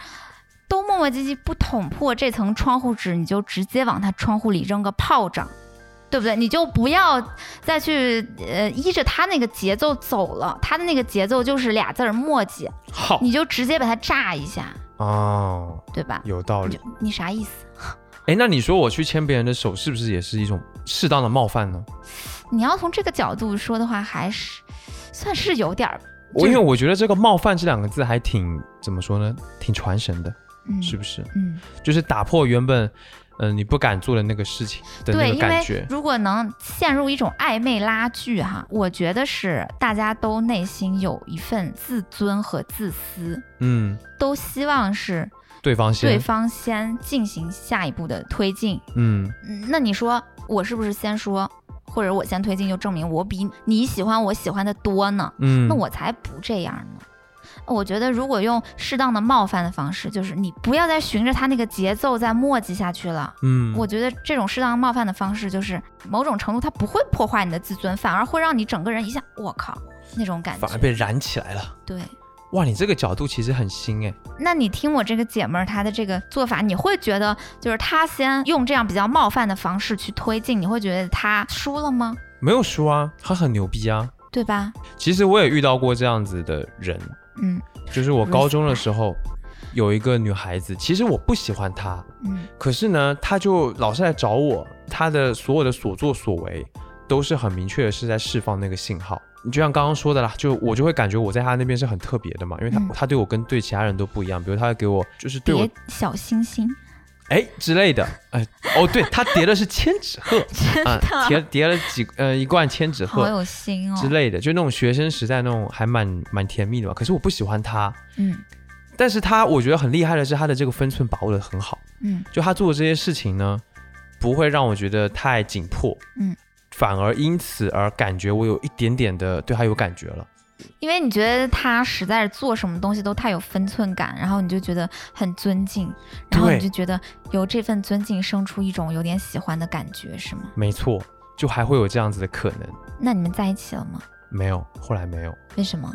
[SPEAKER 1] 都磨磨唧唧不捅破这层窗户纸，你就直接往他窗户里扔个炮仗，对不对？你就不要再去呃依着他那个节奏走了，他的那个节奏就是俩字儿墨迹，
[SPEAKER 2] 好
[SPEAKER 1] 你就直接把他炸一下，
[SPEAKER 2] 哦，
[SPEAKER 1] 对吧？
[SPEAKER 2] 有道
[SPEAKER 1] 你
[SPEAKER 2] 理
[SPEAKER 1] 就。你啥意思？
[SPEAKER 2] 哎，那你说我去牵别人的手，是不是也是一种适当的冒犯呢？
[SPEAKER 1] 你要从这个角度说的话，还是算是有点儿
[SPEAKER 2] 我因为我觉得这个“冒犯”这两个字还挺怎么说呢，挺传神的。
[SPEAKER 1] 嗯
[SPEAKER 2] 是不是？
[SPEAKER 1] 嗯，
[SPEAKER 2] 就是打破原本嗯、呃你不敢做的那个事情的那
[SPEAKER 1] 对，
[SPEAKER 2] 个
[SPEAKER 1] 因
[SPEAKER 2] 感
[SPEAKER 1] 为
[SPEAKER 2] 觉。
[SPEAKER 1] 如果能陷入一种暧昧拉锯哈，我觉得是大家都内心有一份自尊和自私，
[SPEAKER 2] 嗯，
[SPEAKER 1] 都希望是
[SPEAKER 2] 对方
[SPEAKER 1] 对
[SPEAKER 2] 先，
[SPEAKER 1] 方先进行下一步的推进。
[SPEAKER 2] 嗯
[SPEAKER 1] 嗯，那你说我是不是先说，或者我先推进，就证明我比你喜欢我喜欢的多呢？
[SPEAKER 2] 嗯，
[SPEAKER 1] 那我才不这样呢。我觉得，如果用适当的冒犯的方式，就是你不要再循着他那个节奏再磨叽下去了。
[SPEAKER 2] 嗯，
[SPEAKER 1] 我觉得这种适当冒犯的方式，就是某种程度它不会破坏你的自尊，反而会让你整个人一下，我靠那种感
[SPEAKER 2] 反而
[SPEAKER 1] 觉。
[SPEAKER 2] 被燃起来了。
[SPEAKER 1] 对，
[SPEAKER 2] 哇，你这个角度其实很新哎。
[SPEAKER 1] 那你听我这个姐们儿她的这个做法，你会觉得就是她先用这样比较冒犯的方式去推进，你会觉得她输了吗？
[SPEAKER 2] 没有输啊，他很牛逼啊。
[SPEAKER 1] 对吧？
[SPEAKER 2] 其实我也遇到过这样子的人，
[SPEAKER 1] 嗯
[SPEAKER 2] 就是我高中的时候有一个女孩子，其实我不喜欢她，
[SPEAKER 1] 嗯
[SPEAKER 2] 可是呢，她就老是来找我，她的所有的所作所为都是很明确的是在释放那个信号。你就像刚刚说的啦，就我就会感觉我在她那边是很特别的嘛，因为她、
[SPEAKER 1] 嗯
[SPEAKER 2] 她对我跟对其他人都不一样，比如她会给我就是对我
[SPEAKER 1] 别小星星，
[SPEAKER 2] 哎之类的，哎哦，对，她叠的是千纸
[SPEAKER 1] (laughs)
[SPEAKER 2] 鹤啊，叠叠了几呃一罐千纸鹤
[SPEAKER 1] 好，有心
[SPEAKER 2] 之
[SPEAKER 1] 哦。
[SPEAKER 2] 类的，就那种学生时代那种还蛮蛮甜蜜的嘛。可是我不喜欢他，
[SPEAKER 1] 嗯
[SPEAKER 2] 但是他我觉得很厉害的是他的这个分寸把握的很好，
[SPEAKER 1] 嗯
[SPEAKER 2] 就他做的这些事情呢，不会让我觉得太紧迫，
[SPEAKER 1] 嗯，
[SPEAKER 2] 反而因此而感觉我有一点点的对他有感觉了。
[SPEAKER 1] 因为你觉得他实在是做什么东西都太有分寸感，然后你就觉得很尊敬，然后
[SPEAKER 2] 对
[SPEAKER 1] 你就觉得由这份尊敬生出一种有点喜欢的感觉，是吗？
[SPEAKER 2] 没错，就还会有这样子的可能。
[SPEAKER 1] 那你们在一起了吗？
[SPEAKER 2] 没有，后来没有，
[SPEAKER 1] 为什么？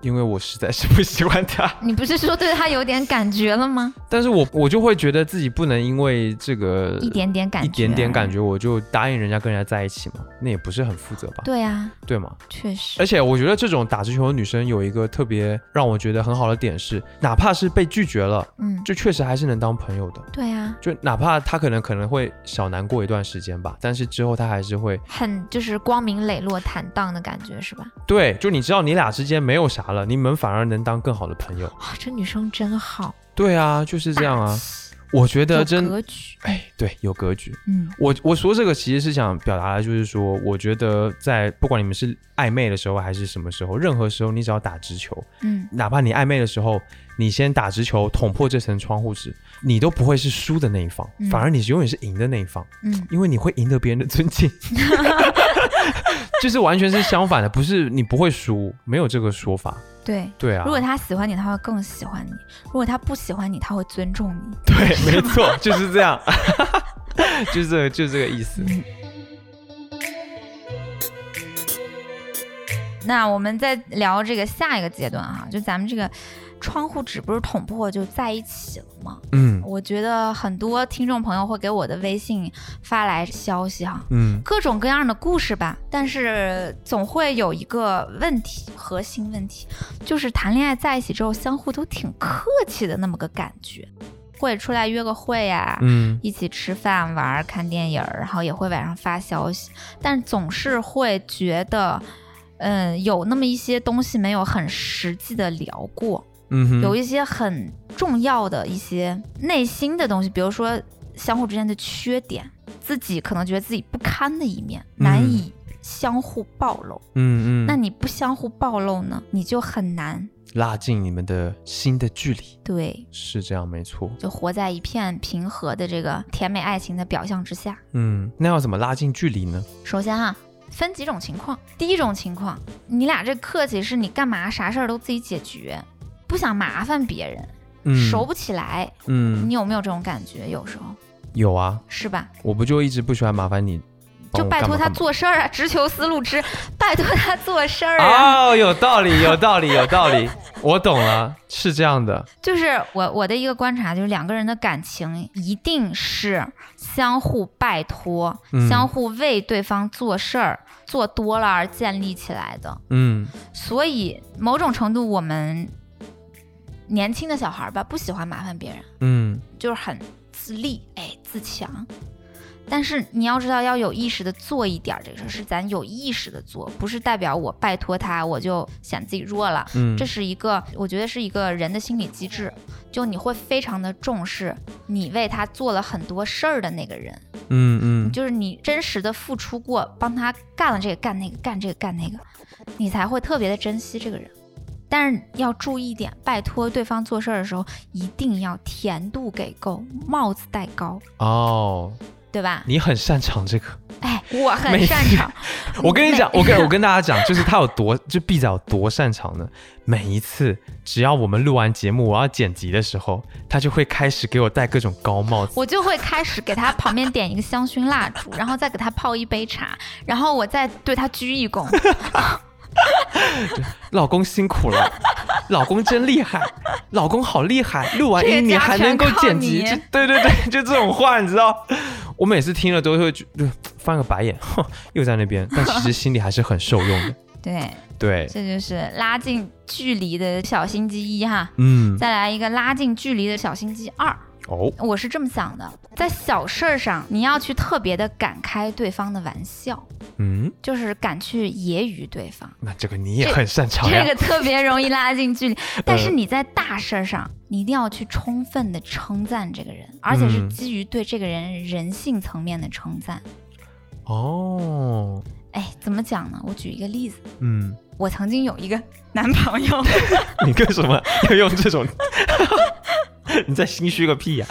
[SPEAKER 2] 因为我实在是不喜欢他。 (laughs)
[SPEAKER 1] 你不是说对他有点感觉了吗？
[SPEAKER 2] 但是我我就会觉得自己不能因为这个
[SPEAKER 1] 一点点感觉，
[SPEAKER 2] 一点点感。觉，我就答应人家跟人家在一起嘛，那也不是很负责吧？
[SPEAKER 1] 对啊，
[SPEAKER 2] 对吗？
[SPEAKER 1] 确实
[SPEAKER 2] 而。且我觉得这种打直球的女生有一个特别让我觉得很好的点是，哪怕是被拒绝了，
[SPEAKER 1] 嗯，
[SPEAKER 2] 就确实还是能当朋友的。
[SPEAKER 1] 对啊，
[SPEAKER 2] 就哪怕她可能可能会小难过一段时间吧，但是之后她还是会
[SPEAKER 1] 很就是光明磊落、坦荡的感觉，是吧？
[SPEAKER 2] 对，就你知道你俩之间没有啥了，你们反而能当更好的朋友。
[SPEAKER 1] 哇、这女生真好，
[SPEAKER 2] 对啊，就是这样
[SPEAKER 1] 大
[SPEAKER 2] 啊。
[SPEAKER 1] 气
[SPEAKER 2] 我觉得
[SPEAKER 1] 有
[SPEAKER 2] 啊真
[SPEAKER 1] 格局。
[SPEAKER 2] 哎，对，有格局。
[SPEAKER 1] 嗯
[SPEAKER 2] 我我说这个其实是想表达的，就是说，我觉得在不管你们是暧昧的时候还是什么时候，任何时候你只要打直球，
[SPEAKER 1] 嗯，
[SPEAKER 2] 哪怕你暧昧的时候，你先打直球捅破这层窗户纸，你都不会是输的那一方，
[SPEAKER 1] 嗯
[SPEAKER 2] 反而你是永远是赢的那一方，
[SPEAKER 1] 嗯
[SPEAKER 2] 因为你会赢得别人的
[SPEAKER 1] (laughs)
[SPEAKER 2] 尊敬，就是完全是相反的，不是你不会输，没有这个说法。
[SPEAKER 1] 对。
[SPEAKER 2] 对啊
[SPEAKER 1] 如，果他喜欢你，他会更喜欢你；如果他不喜欢你，他会尊重你。
[SPEAKER 2] 对，没错， (laughs) 就是这样，就是这个，就是这个意思。
[SPEAKER 1] 那我们再聊这个下一个阶段啊，就咱们这个窗户纸不是捅破就在一起了吗？
[SPEAKER 2] 嗯
[SPEAKER 1] 我觉得很多听众朋友会给我的微信发来消息哈、
[SPEAKER 2] 嗯，
[SPEAKER 1] 各种各样的故事吧，但是总会有一个问题，核心问题就是谈恋爱在一起之后，相互都挺客气的那么个感觉，会出来约个会呀、
[SPEAKER 2] 嗯，
[SPEAKER 1] 一起吃饭、玩儿、看电影儿，然后也会晚上发消息，但总是会觉得，嗯，有那么一些东西没有很实际的聊过，
[SPEAKER 2] 嗯哼，
[SPEAKER 1] 有一些很重要的一些内心的东西，比如说相互之间的缺点，自己可能觉得自己不堪的一面，
[SPEAKER 2] 嗯
[SPEAKER 1] 难以相互暴露。
[SPEAKER 2] 嗯嗯，
[SPEAKER 1] 那你不相互暴露呢，你就很难
[SPEAKER 2] 拉近你们的心的距离，
[SPEAKER 1] 对。
[SPEAKER 2] 是这样，没错。
[SPEAKER 1] 就活在一片平和的这个甜美爱情的表象之下，
[SPEAKER 2] 嗯，那要怎么拉近距离呢？
[SPEAKER 1] 首先啊，分几种情况。第一种情况，你俩这客气是你干嘛啥事儿都自己解决，不想麻烦别人，
[SPEAKER 2] 嗯，
[SPEAKER 1] 熟不起来。
[SPEAKER 2] 嗯，
[SPEAKER 1] 你有没有这种感觉？有时候
[SPEAKER 2] 有啊，
[SPEAKER 1] 是吧？
[SPEAKER 2] 我不就一直不喜欢麻烦你，帮
[SPEAKER 1] 就
[SPEAKER 2] 我
[SPEAKER 1] 拜
[SPEAKER 2] 干
[SPEAKER 1] 托
[SPEAKER 2] 嘛
[SPEAKER 1] 他
[SPEAKER 2] 干嘛
[SPEAKER 1] 做事儿啊，直求思路之，拜托他做事儿啊。
[SPEAKER 2] 哦，有道理，有道理，有道理，我懂了，是这样的，
[SPEAKER 1] 就是我我的一个观察，就是两个人的感情一定是相互拜托、
[SPEAKER 2] 嗯
[SPEAKER 1] 相互为对方做事儿，做多了而建立起来的。
[SPEAKER 2] 嗯
[SPEAKER 1] 所以某种程度，我们年轻的小孩儿吧，不喜欢麻烦别人，
[SPEAKER 2] 嗯
[SPEAKER 1] 就是很自立，哎，自强。但是你要知道，要有意识的做一点儿这个事儿，是咱有意识的做，不是代表我拜托他我就显自己弱了。
[SPEAKER 2] 嗯，
[SPEAKER 1] 这是一个，我觉得是一个人的心理机制，就你会非常的重视你为他做了很多事儿的那个人，
[SPEAKER 2] 嗯嗯，
[SPEAKER 1] 就是你真实的付出过，帮他干了这个干那个干这个干那个，你才会特别的珍惜这个人。但是要注意一点，拜托对方做事儿的时候，一定要甜度给够，帽子戴高，
[SPEAKER 2] 哦，
[SPEAKER 1] 对吧？
[SPEAKER 2] 你很擅长这个。
[SPEAKER 1] 哎，我很
[SPEAKER 2] 每
[SPEAKER 1] 擅长。 (laughs)
[SPEAKER 2] 我跟你讲，
[SPEAKER 1] 每
[SPEAKER 2] 我跟我跟大家讲，就是他有多，就 B 仔有多擅长呢？每一次只要我们录完节目，我要剪辑的时候，他就会开始给我戴各种高帽子。
[SPEAKER 1] 我就会开始给他旁边点一个香薰蜡烛，然后再给他泡一杯茶，然后我再对他鞠一躬。
[SPEAKER 2] 老公辛
[SPEAKER 1] (laughs)
[SPEAKER 2] 苦了，老公真厉害，老公好厉害，录完
[SPEAKER 1] 这个
[SPEAKER 2] 音
[SPEAKER 1] 家
[SPEAKER 2] 还
[SPEAKER 1] 全
[SPEAKER 2] 能够
[SPEAKER 1] 靠
[SPEAKER 2] 剪辑，
[SPEAKER 1] 你
[SPEAKER 2] 就对对对，就这种话，你知道？我每次听了都会觉就翻个白眼，哼，又在那边，但其实心里还是很受用的。
[SPEAKER 1] 对， (laughs)
[SPEAKER 2] 对，
[SPEAKER 1] 这就是拉近距离的小心机一哈。
[SPEAKER 2] 嗯，
[SPEAKER 1] 再来一个拉近距离的小心机二，
[SPEAKER 2] 哦，
[SPEAKER 1] 我是这么想的，在小事儿上你要去特别的敢开对方的玩笑，
[SPEAKER 2] 嗯，
[SPEAKER 1] 就是敢去揶揄对方，
[SPEAKER 2] 那这个你也
[SPEAKER 1] 这
[SPEAKER 2] 很擅长呀
[SPEAKER 1] 这。个特别容易拉近
[SPEAKER 2] (laughs)
[SPEAKER 1] 距离。但是
[SPEAKER 2] 嗯
[SPEAKER 1] 你在大事儿上，你一定要去充分的称赞这个人，而且是
[SPEAKER 2] 嗯
[SPEAKER 1] 基于对这个人人性层面的称赞。
[SPEAKER 2] 哦，
[SPEAKER 1] 哎，怎么讲呢？我举一个例子，
[SPEAKER 2] 嗯。
[SPEAKER 1] 我曾经有一个 (laughs) 男朋
[SPEAKER 2] (laughs)
[SPEAKER 1] 友，
[SPEAKER 2] 你为什么要用这种？ (laughs) 你在心虚个屁呀、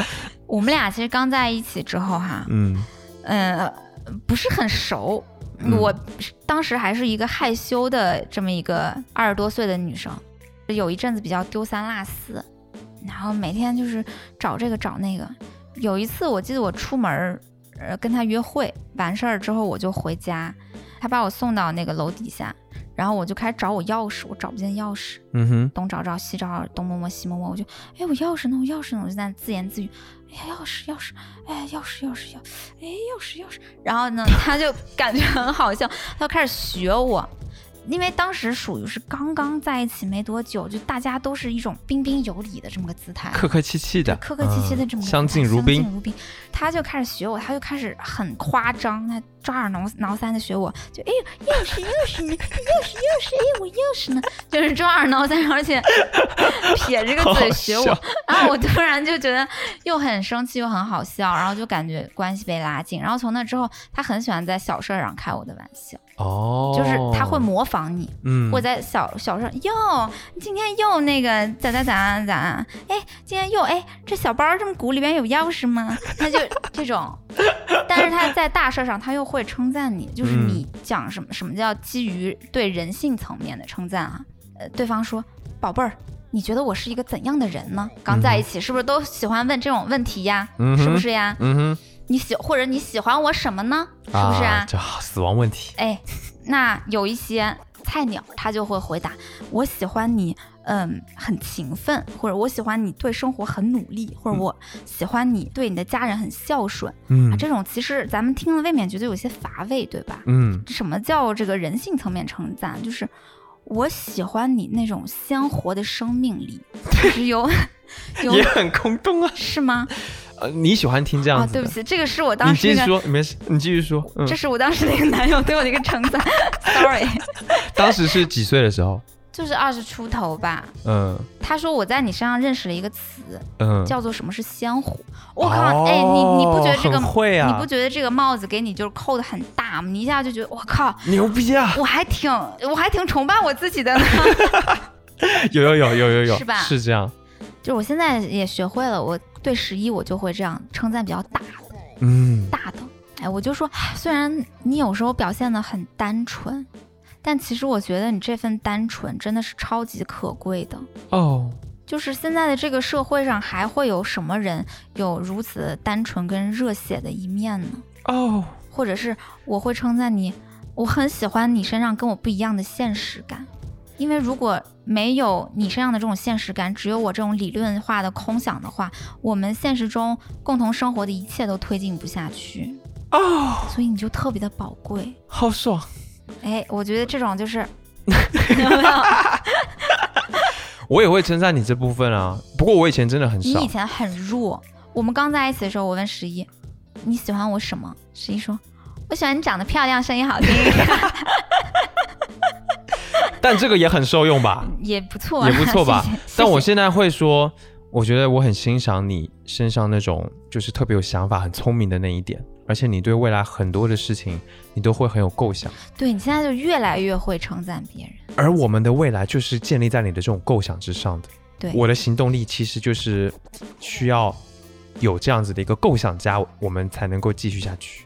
[SPEAKER 1] 我们俩其实刚在一起之后哈，
[SPEAKER 2] 嗯
[SPEAKER 1] 嗯，不是很熟。
[SPEAKER 2] 嗯
[SPEAKER 1] 我当时还是一个害羞的这么一个二十多岁的女生，有一阵子比较丢三落四，然后每天就是找这个找那个。有一次我记得我出门儿，呃，跟她约会完事儿之后我就回家，她把我送到那个楼底下，然后我就开始找我钥匙，我找不见钥匙，
[SPEAKER 2] 嗯哼，
[SPEAKER 1] 东找找西找找，东摸摸西摸摸，我就哎我钥匙呢？我钥匙呢？我就在那自言自语，哎呀钥匙钥匙，哎钥匙钥匙钥，哎钥匙钥匙。然后呢，他就感觉很好笑，他就开始学我，因为当时属于是刚刚在一起没多久，就大家都是一种彬彬有礼的这么个姿态。
[SPEAKER 2] 客客气气的，
[SPEAKER 1] 客客气气的这么个
[SPEAKER 2] 嗯
[SPEAKER 1] 姿态、
[SPEAKER 2] 相敬如
[SPEAKER 1] 相
[SPEAKER 2] 宾。
[SPEAKER 1] 敬如宾。他就开始学我，他就开始很夸张，他抓耳挠挠腮的学我，就哎呦，钥匙钥匙呢，钥匙钥匙，哎我钥匙呢，就是抓耳挠腮，而且撇着个嘴学我，
[SPEAKER 2] 好好
[SPEAKER 1] 然后我突然就觉得又很生气又很好笑，然后就感觉关系被拉近。然后从那之后，他很喜欢在小事儿上开我的玩笑，
[SPEAKER 2] 哦，
[SPEAKER 1] 就是他会模仿你，
[SPEAKER 2] 嗯，
[SPEAKER 1] 我在小小声哟，你今天又那个咋咋咋咋，哎，今天又哎，这小包这么鼓，里边有钥匙吗？
[SPEAKER 2] (laughs)
[SPEAKER 1] 他就这种，但是他在大事上他又会称赞你，就是
[SPEAKER 2] 嗯
[SPEAKER 1] 你讲什么什么叫基于对人性层面的称赞啊？呃，对方说宝贝儿。你觉得我是一个怎样的人呢？刚在一起是不是都喜欢问这种问题呀？
[SPEAKER 2] 嗯哼
[SPEAKER 1] 是不是呀？
[SPEAKER 2] 嗯哼，
[SPEAKER 1] 你喜或者你喜欢我什么呢？是不是啊
[SPEAKER 2] 这好死亡问题，
[SPEAKER 1] 哎，那有一些菜鸟，他就会回答：“我喜欢你，嗯，很勤奋，或者我喜欢你对生活很努力，或者我喜欢你对你的家人很孝顺。啊，
[SPEAKER 2] 嗯
[SPEAKER 1] 这种其实咱们听了未免觉得有些乏味，对吧？
[SPEAKER 2] 嗯，
[SPEAKER 1] 什么叫这个人性层面称赞？就是我喜欢你那种鲜活的生命
[SPEAKER 2] (laughs)
[SPEAKER 1] 力，就是有有
[SPEAKER 2] 也很空洞啊。
[SPEAKER 1] 是吗？
[SPEAKER 2] 呃，你喜欢听这
[SPEAKER 1] 啊，
[SPEAKER 2] 样子的？
[SPEAKER 1] 对不起，这个是我当
[SPEAKER 2] 你
[SPEAKER 1] 时
[SPEAKER 2] 继续
[SPEAKER 1] 那个。
[SPEAKER 2] 说，没事，你继续说。嗯
[SPEAKER 1] 这，是我当时那个男友对我的一个称赞 (laughs)
[SPEAKER 2] (laughs)
[SPEAKER 1] ，sorry，
[SPEAKER 2] 当时是几岁的时候？
[SPEAKER 1] 就是二十出头吧，
[SPEAKER 2] 嗯
[SPEAKER 1] 他说我在你身上认识了一个词，
[SPEAKER 2] 嗯，
[SPEAKER 1] 叫做什么是鲜活。我靠，哎，你你不觉得这
[SPEAKER 2] 哦
[SPEAKER 1] 个
[SPEAKER 2] 很，会
[SPEAKER 1] 你
[SPEAKER 2] 啊
[SPEAKER 1] 不？觉得这个帽子给你就是扣的很大吗？你一下就觉得我靠，
[SPEAKER 2] (laughs) 牛逼啊！
[SPEAKER 1] 我还挺我还挺崇拜我自己的
[SPEAKER 2] (laughs)
[SPEAKER 1] 呢。
[SPEAKER 2] 有有有有有有，
[SPEAKER 1] 是吧
[SPEAKER 2] 是这样。
[SPEAKER 1] 就是我现在也学会了，我对十一我就会这样称赞比较大
[SPEAKER 2] 嗯
[SPEAKER 1] 大的。哎，我就说，哎虽然你有时候表现的很单纯，但其实我觉得你这份单纯真的是超级可贵的。
[SPEAKER 2] 哦，
[SPEAKER 1] 就是现在的这个社会上，还会有什么人有如此单纯跟热血的一面呢？
[SPEAKER 2] 哦，
[SPEAKER 1] 或者是我会称赞你，我很喜欢你身上跟我不一样的现实感，因为如果没有你身上的这种现实感，只有我这种理论化的空想的话，我们现实中共同生活的一切都推进不下去，
[SPEAKER 2] 哦，
[SPEAKER 1] 所以你就特别的宝贵。
[SPEAKER 2] 好爽。
[SPEAKER 1] 哎，我觉得这种就是 (laughs)
[SPEAKER 2] 我也会称赞你这部分啊，不过我以前真的很
[SPEAKER 1] 你
[SPEAKER 2] 少
[SPEAKER 1] 以。前很弱。我们刚在一起的时候，我问十一，你喜欢我什么？十一说，我喜欢你长得漂亮，声音好听， (laughs)
[SPEAKER 2] 但这个也很受用吧？
[SPEAKER 1] (laughs) 也不错、啊，
[SPEAKER 2] 也不错吧
[SPEAKER 1] 谢谢
[SPEAKER 2] 但我
[SPEAKER 1] 谢谢
[SPEAKER 2] 现在会说，我觉得我很欣赏你身上那种就是特别有想法、很聪明的那一点，而且你对未来很多的事情你都会很有构想，
[SPEAKER 1] 对你现在就越来越会称赞别人，
[SPEAKER 2] 而我们的未来就是建立在你的这种构想之上的。
[SPEAKER 1] 对
[SPEAKER 2] 我的行动力其实就是需要有这样子的一个构想家，我们才能够继续下去。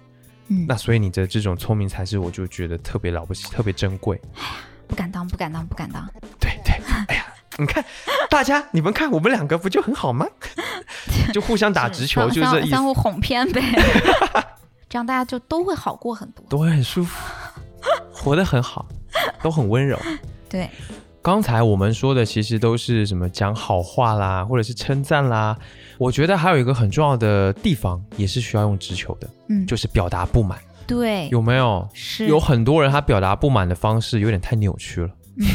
[SPEAKER 1] 嗯
[SPEAKER 2] 那，所以你的这种聪明才智，我就觉得特别了不起，特别珍贵。
[SPEAKER 1] 不敢当，不敢当，不敢当，
[SPEAKER 2] 对对，哎呀，你看大家，你们看我们两个不就很好吗？就互相打直球，就是
[SPEAKER 1] 相
[SPEAKER 2] 这
[SPEAKER 1] 相
[SPEAKER 2] 意
[SPEAKER 1] 相
[SPEAKER 2] 思，
[SPEAKER 1] 互哄骗
[SPEAKER 2] (laughs)
[SPEAKER 1] 呗，这样大家就都会好过很多。
[SPEAKER 2] 都会很舒服，活得很好，都很温柔。
[SPEAKER 1] 对，
[SPEAKER 2] 刚才我们说的其实都是什么讲好话啦，或者是称赞啦。我觉得还有一个很重要的地方，也是需要用直球的，
[SPEAKER 1] 嗯，
[SPEAKER 2] 就是表达不满，
[SPEAKER 1] 对，
[SPEAKER 2] 有没有？
[SPEAKER 1] 是
[SPEAKER 2] 有很多人他表达不满的方式有点太扭曲了，
[SPEAKER 1] 嗯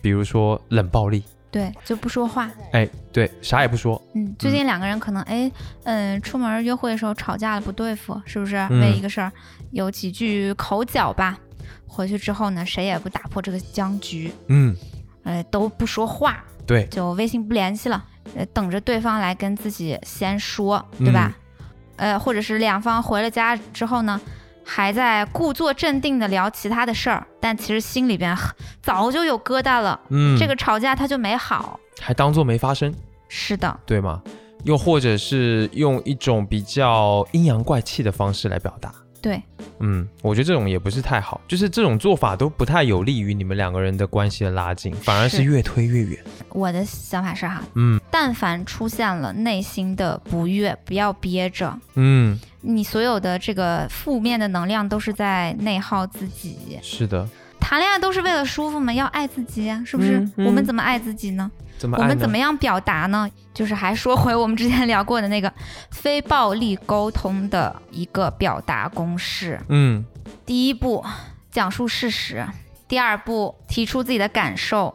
[SPEAKER 2] 比如说冷暴力，
[SPEAKER 1] 对，就不说话。
[SPEAKER 2] 哎，对，啥也不说，
[SPEAKER 1] 嗯，最近两个人可能哎，嗯，出门约会的时候吵架了，不对付，是不是？
[SPEAKER 2] 嗯
[SPEAKER 1] 为一个事儿有几句口角吧。回去之后呢，谁也不打破这个僵局，
[SPEAKER 2] 嗯，
[SPEAKER 1] 呃，都不说话，
[SPEAKER 2] 对，
[SPEAKER 1] 就微信不联系了，呃，等着对方来跟自己先说，对吧？
[SPEAKER 2] 嗯
[SPEAKER 1] 呃，或者是两方回了家之后呢，还在故作镇定的聊其他的事儿，但其实心里边呵早就有疙瘩了。
[SPEAKER 2] 嗯，
[SPEAKER 1] 这个吵架它就没好。
[SPEAKER 2] 还当做没发生，
[SPEAKER 1] 是的，
[SPEAKER 2] 对吗？又或者是用一种比较阴阳怪气的方式来表达，
[SPEAKER 1] 对，
[SPEAKER 2] 嗯，我觉得这种也不是太好，就是这种做法都不太有利于你们两个人的关系的拉近，反而是
[SPEAKER 1] 是
[SPEAKER 2] 越推越远。
[SPEAKER 1] 我的想法是哈，
[SPEAKER 2] 嗯
[SPEAKER 1] 但凡出现了内心的不悦，不要憋着，
[SPEAKER 2] 嗯，
[SPEAKER 1] 你所有的这个负面的能量都是在内耗自己。
[SPEAKER 2] 是的，
[SPEAKER 1] 谈恋爱都是为了舒服嘛，要爱自己呀、是不是？
[SPEAKER 2] 嗯嗯
[SPEAKER 1] 我们怎么爱自己呢？
[SPEAKER 2] 怎么
[SPEAKER 1] 我
[SPEAKER 2] 爱
[SPEAKER 1] 们
[SPEAKER 2] 呢
[SPEAKER 1] 怎么样表达呢？就是还说回我们之前聊过的那个非暴力沟通的一个表达公式。
[SPEAKER 2] 嗯
[SPEAKER 1] 第一步，讲述事实；第二步，提出自己的感受；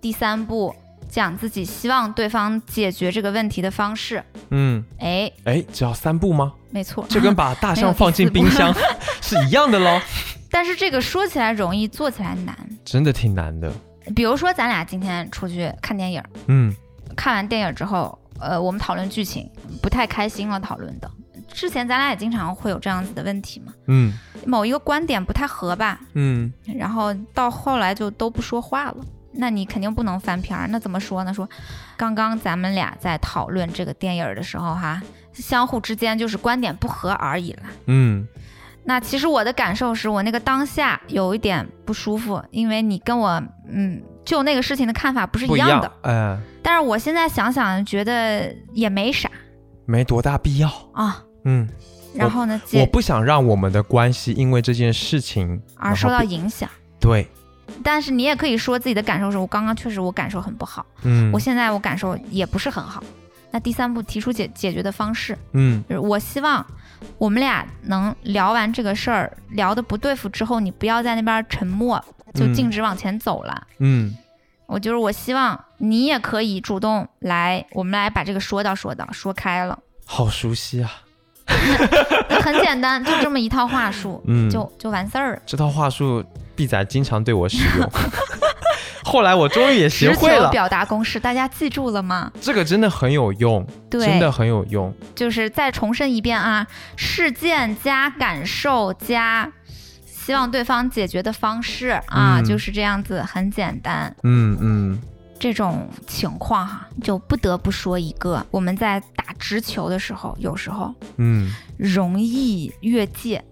[SPEAKER 1] 第三步，讲自己希望对方解决这个问题的方式。
[SPEAKER 2] 嗯，
[SPEAKER 1] 哎，
[SPEAKER 2] 哎，只要三步
[SPEAKER 1] (laughs)
[SPEAKER 2] 吗？
[SPEAKER 1] 没错，
[SPEAKER 2] 这跟把大
[SPEAKER 1] 没有
[SPEAKER 2] 象
[SPEAKER 1] 第
[SPEAKER 2] 放进
[SPEAKER 1] 四步
[SPEAKER 2] 冰箱 (laughs) 是一样的喽，
[SPEAKER 1] 但是这个说起来容易，做起来难。
[SPEAKER 2] 真的挺难的。
[SPEAKER 1] 比如说，咱俩今天出去看电影，
[SPEAKER 2] 嗯
[SPEAKER 1] 看完电影之后，呃，我们讨论剧情，不太开心了，讨论的。之前咱俩也经常会有这样子的问题嘛，
[SPEAKER 2] 嗯
[SPEAKER 1] 某一个观点不太合吧，
[SPEAKER 2] 嗯，
[SPEAKER 1] 然后到后来就都不说话了。那你肯定不能翻篇儿，那怎么说呢？说刚刚咱们俩在讨论这个电影儿的时候哈，相互之间就是观点不合而已啦。
[SPEAKER 2] 嗯
[SPEAKER 1] 那其实我的感受是我那个当下有一点不舒服，因为你跟我嗯就那个事情的看法不是一
[SPEAKER 2] 不一
[SPEAKER 1] 样的。
[SPEAKER 2] 样，哎，
[SPEAKER 1] 但是我现在想想，觉得也没啥
[SPEAKER 2] 没多大必要。
[SPEAKER 1] 啊。
[SPEAKER 2] 嗯，
[SPEAKER 1] 然后呢，
[SPEAKER 2] 我
[SPEAKER 1] 姐
[SPEAKER 2] 不想让我们的关系因为这件事情
[SPEAKER 1] 而受
[SPEAKER 2] 然
[SPEAKER 1] 到
[SPEAKER 2] 后被
[SPEAKER 1] 影响。
[SPEAKER 2] 对，
[SPEAKER 1] 但是你也可以说自己的感受是，我刚刚确实我感受很不好，
[SPEAKER 2] 嗯，
[SPEAKER 1] 我现在我感受也不是很好。那第三步提出解解决的方式，
[SPEAKER 2] 嗯
[SPEAKER 1] 就是我希望我们俩能聊完这个事儿，聊的不对付之后，你不要在那边沉默，就
[SPEAKER 2] 嗯
[SPEAKER 1] 径直往前走了。
[SPEAKER 2] 嗯
[SPEAKER 1] 我就是我希望你也可以主动来，我们来把这个说道说道说开了， (laughs)
[SPEAKER 2] 好熟悉啊，
[SPEAKER 1] 很简单，就这么一套话术，
[SPEAKER 2] 嗯，
[SPEAKER 1] 就就完事儿了。
[SPEAKER 2] 这套话术，毕仔经常对我使
[SPEAKER 1] (laughs)
[SPEAKER 2] 用。 (laughs) 后来我终于也学
[SPEAKER 1] 直
[SPEAKER 2] 会
[SPEAKER 1] 球
[SPEAKER 2] 了，
[SPEAKER 1] 表达公式，大家记住了吗？
[SPEAKER 2] 这个真的很有用，真的
[SPEAKER 1] 对，
[SPEAKER 2] 很有用。
[SPEAKER 1] 就是再重申一遍啊，事件加感受加希望对方解决的方式啊，
[SPEAKER 2] 嗯
[SPEAKER 1] 就是这样子，很简单。
[SPEAKER 2] 嗯嗯，
[SPEAKER 1] 这种情况哈，就不得不说一个，我们在打直球的时候，有时候
[SPEAKER 2] 嗯，
[SPEAKER 1] 容易越界，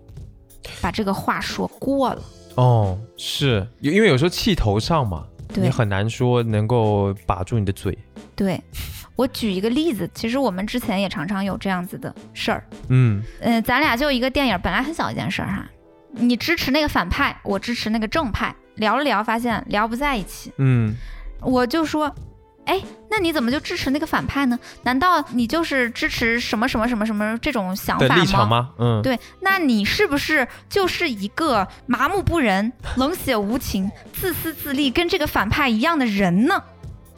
[SPEAKER 1] 把这个话说过了。
[SPEAKER 2] 哦，是因为有时候气头上嘛，你
[SPEAKER 1] 对
[SPEAKER 2] 很难说能够把住你的嘴。
[SPEAKER 1] 对，我举一个例子，其实我们之前也常常有这样子的事儿。
[SPEAKER 2] 嗯
[SPEAKER 1] 嗯、咱俩就一个电影，本来很小一件事儿、哈，你支持那个反派，我支持那个正派，聊了聊发现聊不在一起，
[SPEAKER 2] 嗯
[SPEAKER 1] 我就说。哎，那你怎么就支持那个反派呢？难道你就是支持什么什么什么什么这种想
[SPEAKER 2] 的
[SPEAKER 1] 法
[SPEAKER 2] 立场
[SPEAKER 1] 吗？
[SPEAKER 2] 吗？嗯，
[SPEAKER 1] 对，那你是不是就是一个麻
[SPEAKER 2] (laughs)
[SPEAKER 1] 木不仁、冷血无情、自私自利，跟这个反派一样的人呢？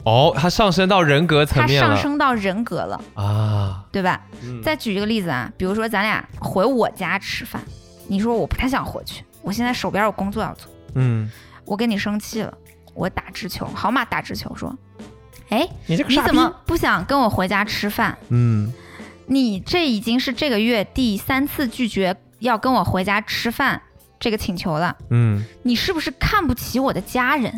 [SPEAKER 2] 哦，它上升到人格层
[SPEAKER 1] 它
[SPEAKER 2] 面
[SPEAKER 1] 上
[SPEAKER 2] 了
[SPEAKER 1] 升到人格了，
[SPEAKER 2] 啊。
[SPEAKER 1] 对吧？
[SPEAKER 2] 嗯
[SPEAKER 1] 再举一个例子啊，比如说咱俩回我家吃饭，你说我不太想回去，我现在手边有工作要做，
[SPEAKER 2] 嗯，
[SPEAKER 1] 我跟你生气了，我打直球，好马打直球说，哎，
[SPEAKER 2] 你这
[SPEAKER 1] 你怎么不想跟我回家吃饭？
[SPEAKER 2] 嗯
[SPEAKER 1] 你这已经是这个月第三次拒绝要跟我回家吃饭这个请求了，
[SPEAKER 2] 嗯，
[SPEAKER 1] 你是不是看不起我的家人？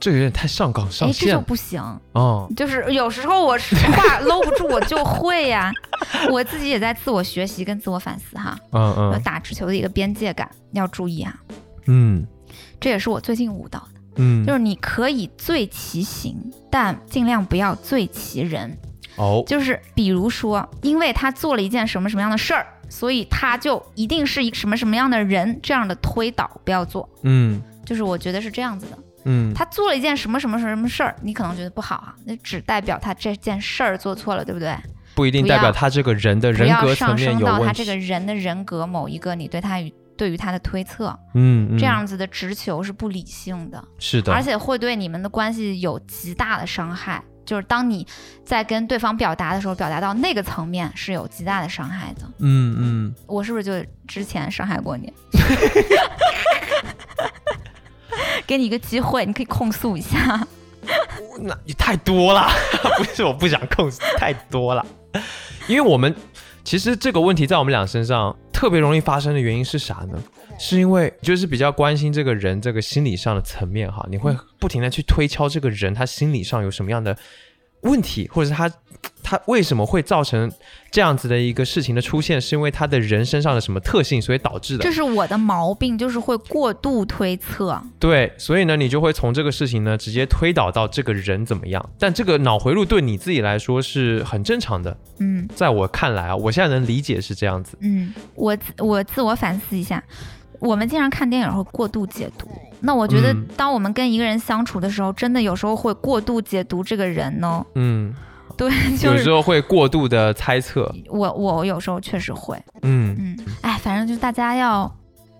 [SPEAKER 2] 这个有点太上纲
[SPEAKER 1] 哎，
[SPEAKER 2] 上
[SPEAKER 1] 这就
[SPEAKER 2] 线
[SPEAKER 1] 不行。
[SPEAKER 2] 哦。
[SPEAKER 1] 就是有时候我说话搂不住，我就会
[SPEAKER 2] (laughs)
[SPEAKER 1] 呀、我自己也在自我学习跟自我反思哈。
[SPEAKER 2] 嗯
[SPEAKER 1] 要
[SPEAKER 2] 嗯
[SPEAKER 1] 打直球的一个边界感要注意啊，
[SPEAKER 2] 嗯
[SPEAKER 1] 这也是我最近悟到的，
[SPEAKER 2] 嗯，
[SPEAKER 1] 就是你可以醉其行，但尽量不要醉其人。
[SPEAKER 2] 哦，
[SPEAKER 1] 就是比如说，因为他做了一件什么什么样的事儿，所以他就一定是一个什么什么样的人，这样的推导不要做。
[SPEAKER 2] 嗯
[SPEAKER 1] 就是我觉得是这样子的，
[SPEAKER 2] 嗯，
[SPEAKER 1] 他做了一件什么什么什么事儿，你可能觉得不好啊，那只代表他这件事儿做错了，对不对？
[SPEAKER 2] 不一定
[SPEAKER 1] 不
[SPEAKER 2] 代表
[SPEAKER 1] 要
[SPEAKER 2] 他这个人的
[SPEAKER 1] 不
[SPEAKER 2] 人
[SPEAKER 1] 要
[SPEAKER 2] 格层
[SPEAKER 1] 上
[SPEAKER 2] 面
[SPEAKER 1] 升
[SPEAKER 2] 有
[SPEAKER 1] 到
[SPEAKER 2] 问
[SPEAKER 1] 他这
[SPEAKER 2] 题。
[SPEAKER 1] 个人的人格某一个你对他与对于他的推测，
[SPEAKER 2] 嗯，嗯
[SPEAKER 1] 这样子的直球是不理性的，
[SPEAKER 2] 是的，
[SPEAKER 1] 而且会对你们的关系有极大的伤害。就是当你在跟对方表达的时候，表达到那个层面是有极大的伤害的。
[SPEAKER 2] 嗯嗯，
[SPEAKER 1] 我是不是就之前伤害
[SPEAKER 2] (laughs)
[SPEAKER 1] 过你？给你一个机会，你可以控诉一下。
[SPEAKER 2] 那也太多了， (laughs) 不是我不想控制，太多了。因为我们其实这个问题在我们俩身上特别容易发生的原因是啥呢？是因为就是比较关心这个人这个心理上的层面哈，你会不停的去推敲这个人他心理上有什么样的问题，或者是他他为什么会造成这样子的一个事情的出现，是因为他的人身上的什么特性所以导致的
[SPEAKER 1] 这。是我的毛病，就是会过度推测。
[SPEAKER 2] 对，所以呢，你就会从这个事情呢直接推导到这个人怎么样。但这个脑回路对你自己来说是很正常的，
[SPEAKER 1] 嗯
[SPEAKER 2] 在我看来啊，我现在能理解是这样子。
[SPEAKER 1] 嗯，我自我自我反思一下，我们经常看电影会过度解读。那我觉得
[SPEAKER 2] 嗯，
[SPEAKER 1] 当我们跟一个人相处的时候，真的有时候会过度解读这个人呢。
[SPEAKER 2] 嗯，
[SPEAKER 1] 对， (laughs) 就
[SPEAKER 2] 有时
[SPEAKER 1] 是
[SPEAKER 2] 候会过度的猜测。
[SPEAKER 1] 我我有时候确实会。
[SPEAKER 2] 嗯
[SPEAKER 1] 嗯，哎，反正就是大家要，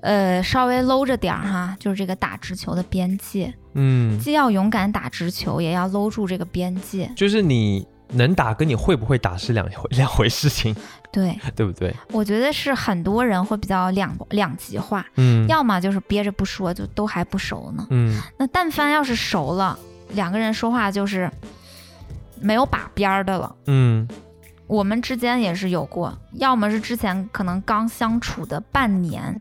[SPEAKER 1] 呃，稍微搂着点儿哈，就是这个打直球的边界，
[SPEAKER 2] 嗯，
[SPEAKER 1] 既要勇敢打直球，也要搂住这个边界。
[SPEAKER 2] 就是你能打跟你会不会打是两回两回事情，
[SPEAKER 1] 对，
[SPEAKER 2] 对不对？
[SPEAKER 1] 我觉得是很多人会比较两两极化，
[SPEAKER 2] 嗯，
[SPEAKER 1] 要么就是憋着不说，就都还不熟呢。
[SPEAKER 2] 嗯
[SPEAKER 1] 那但凡要是熟了，两个人说话就是没有把边儿的了。
[SPEAKER 2] 嗯
[SPEAKER 1] 我们之间也是有过，要么是之前可能刚相处的半年，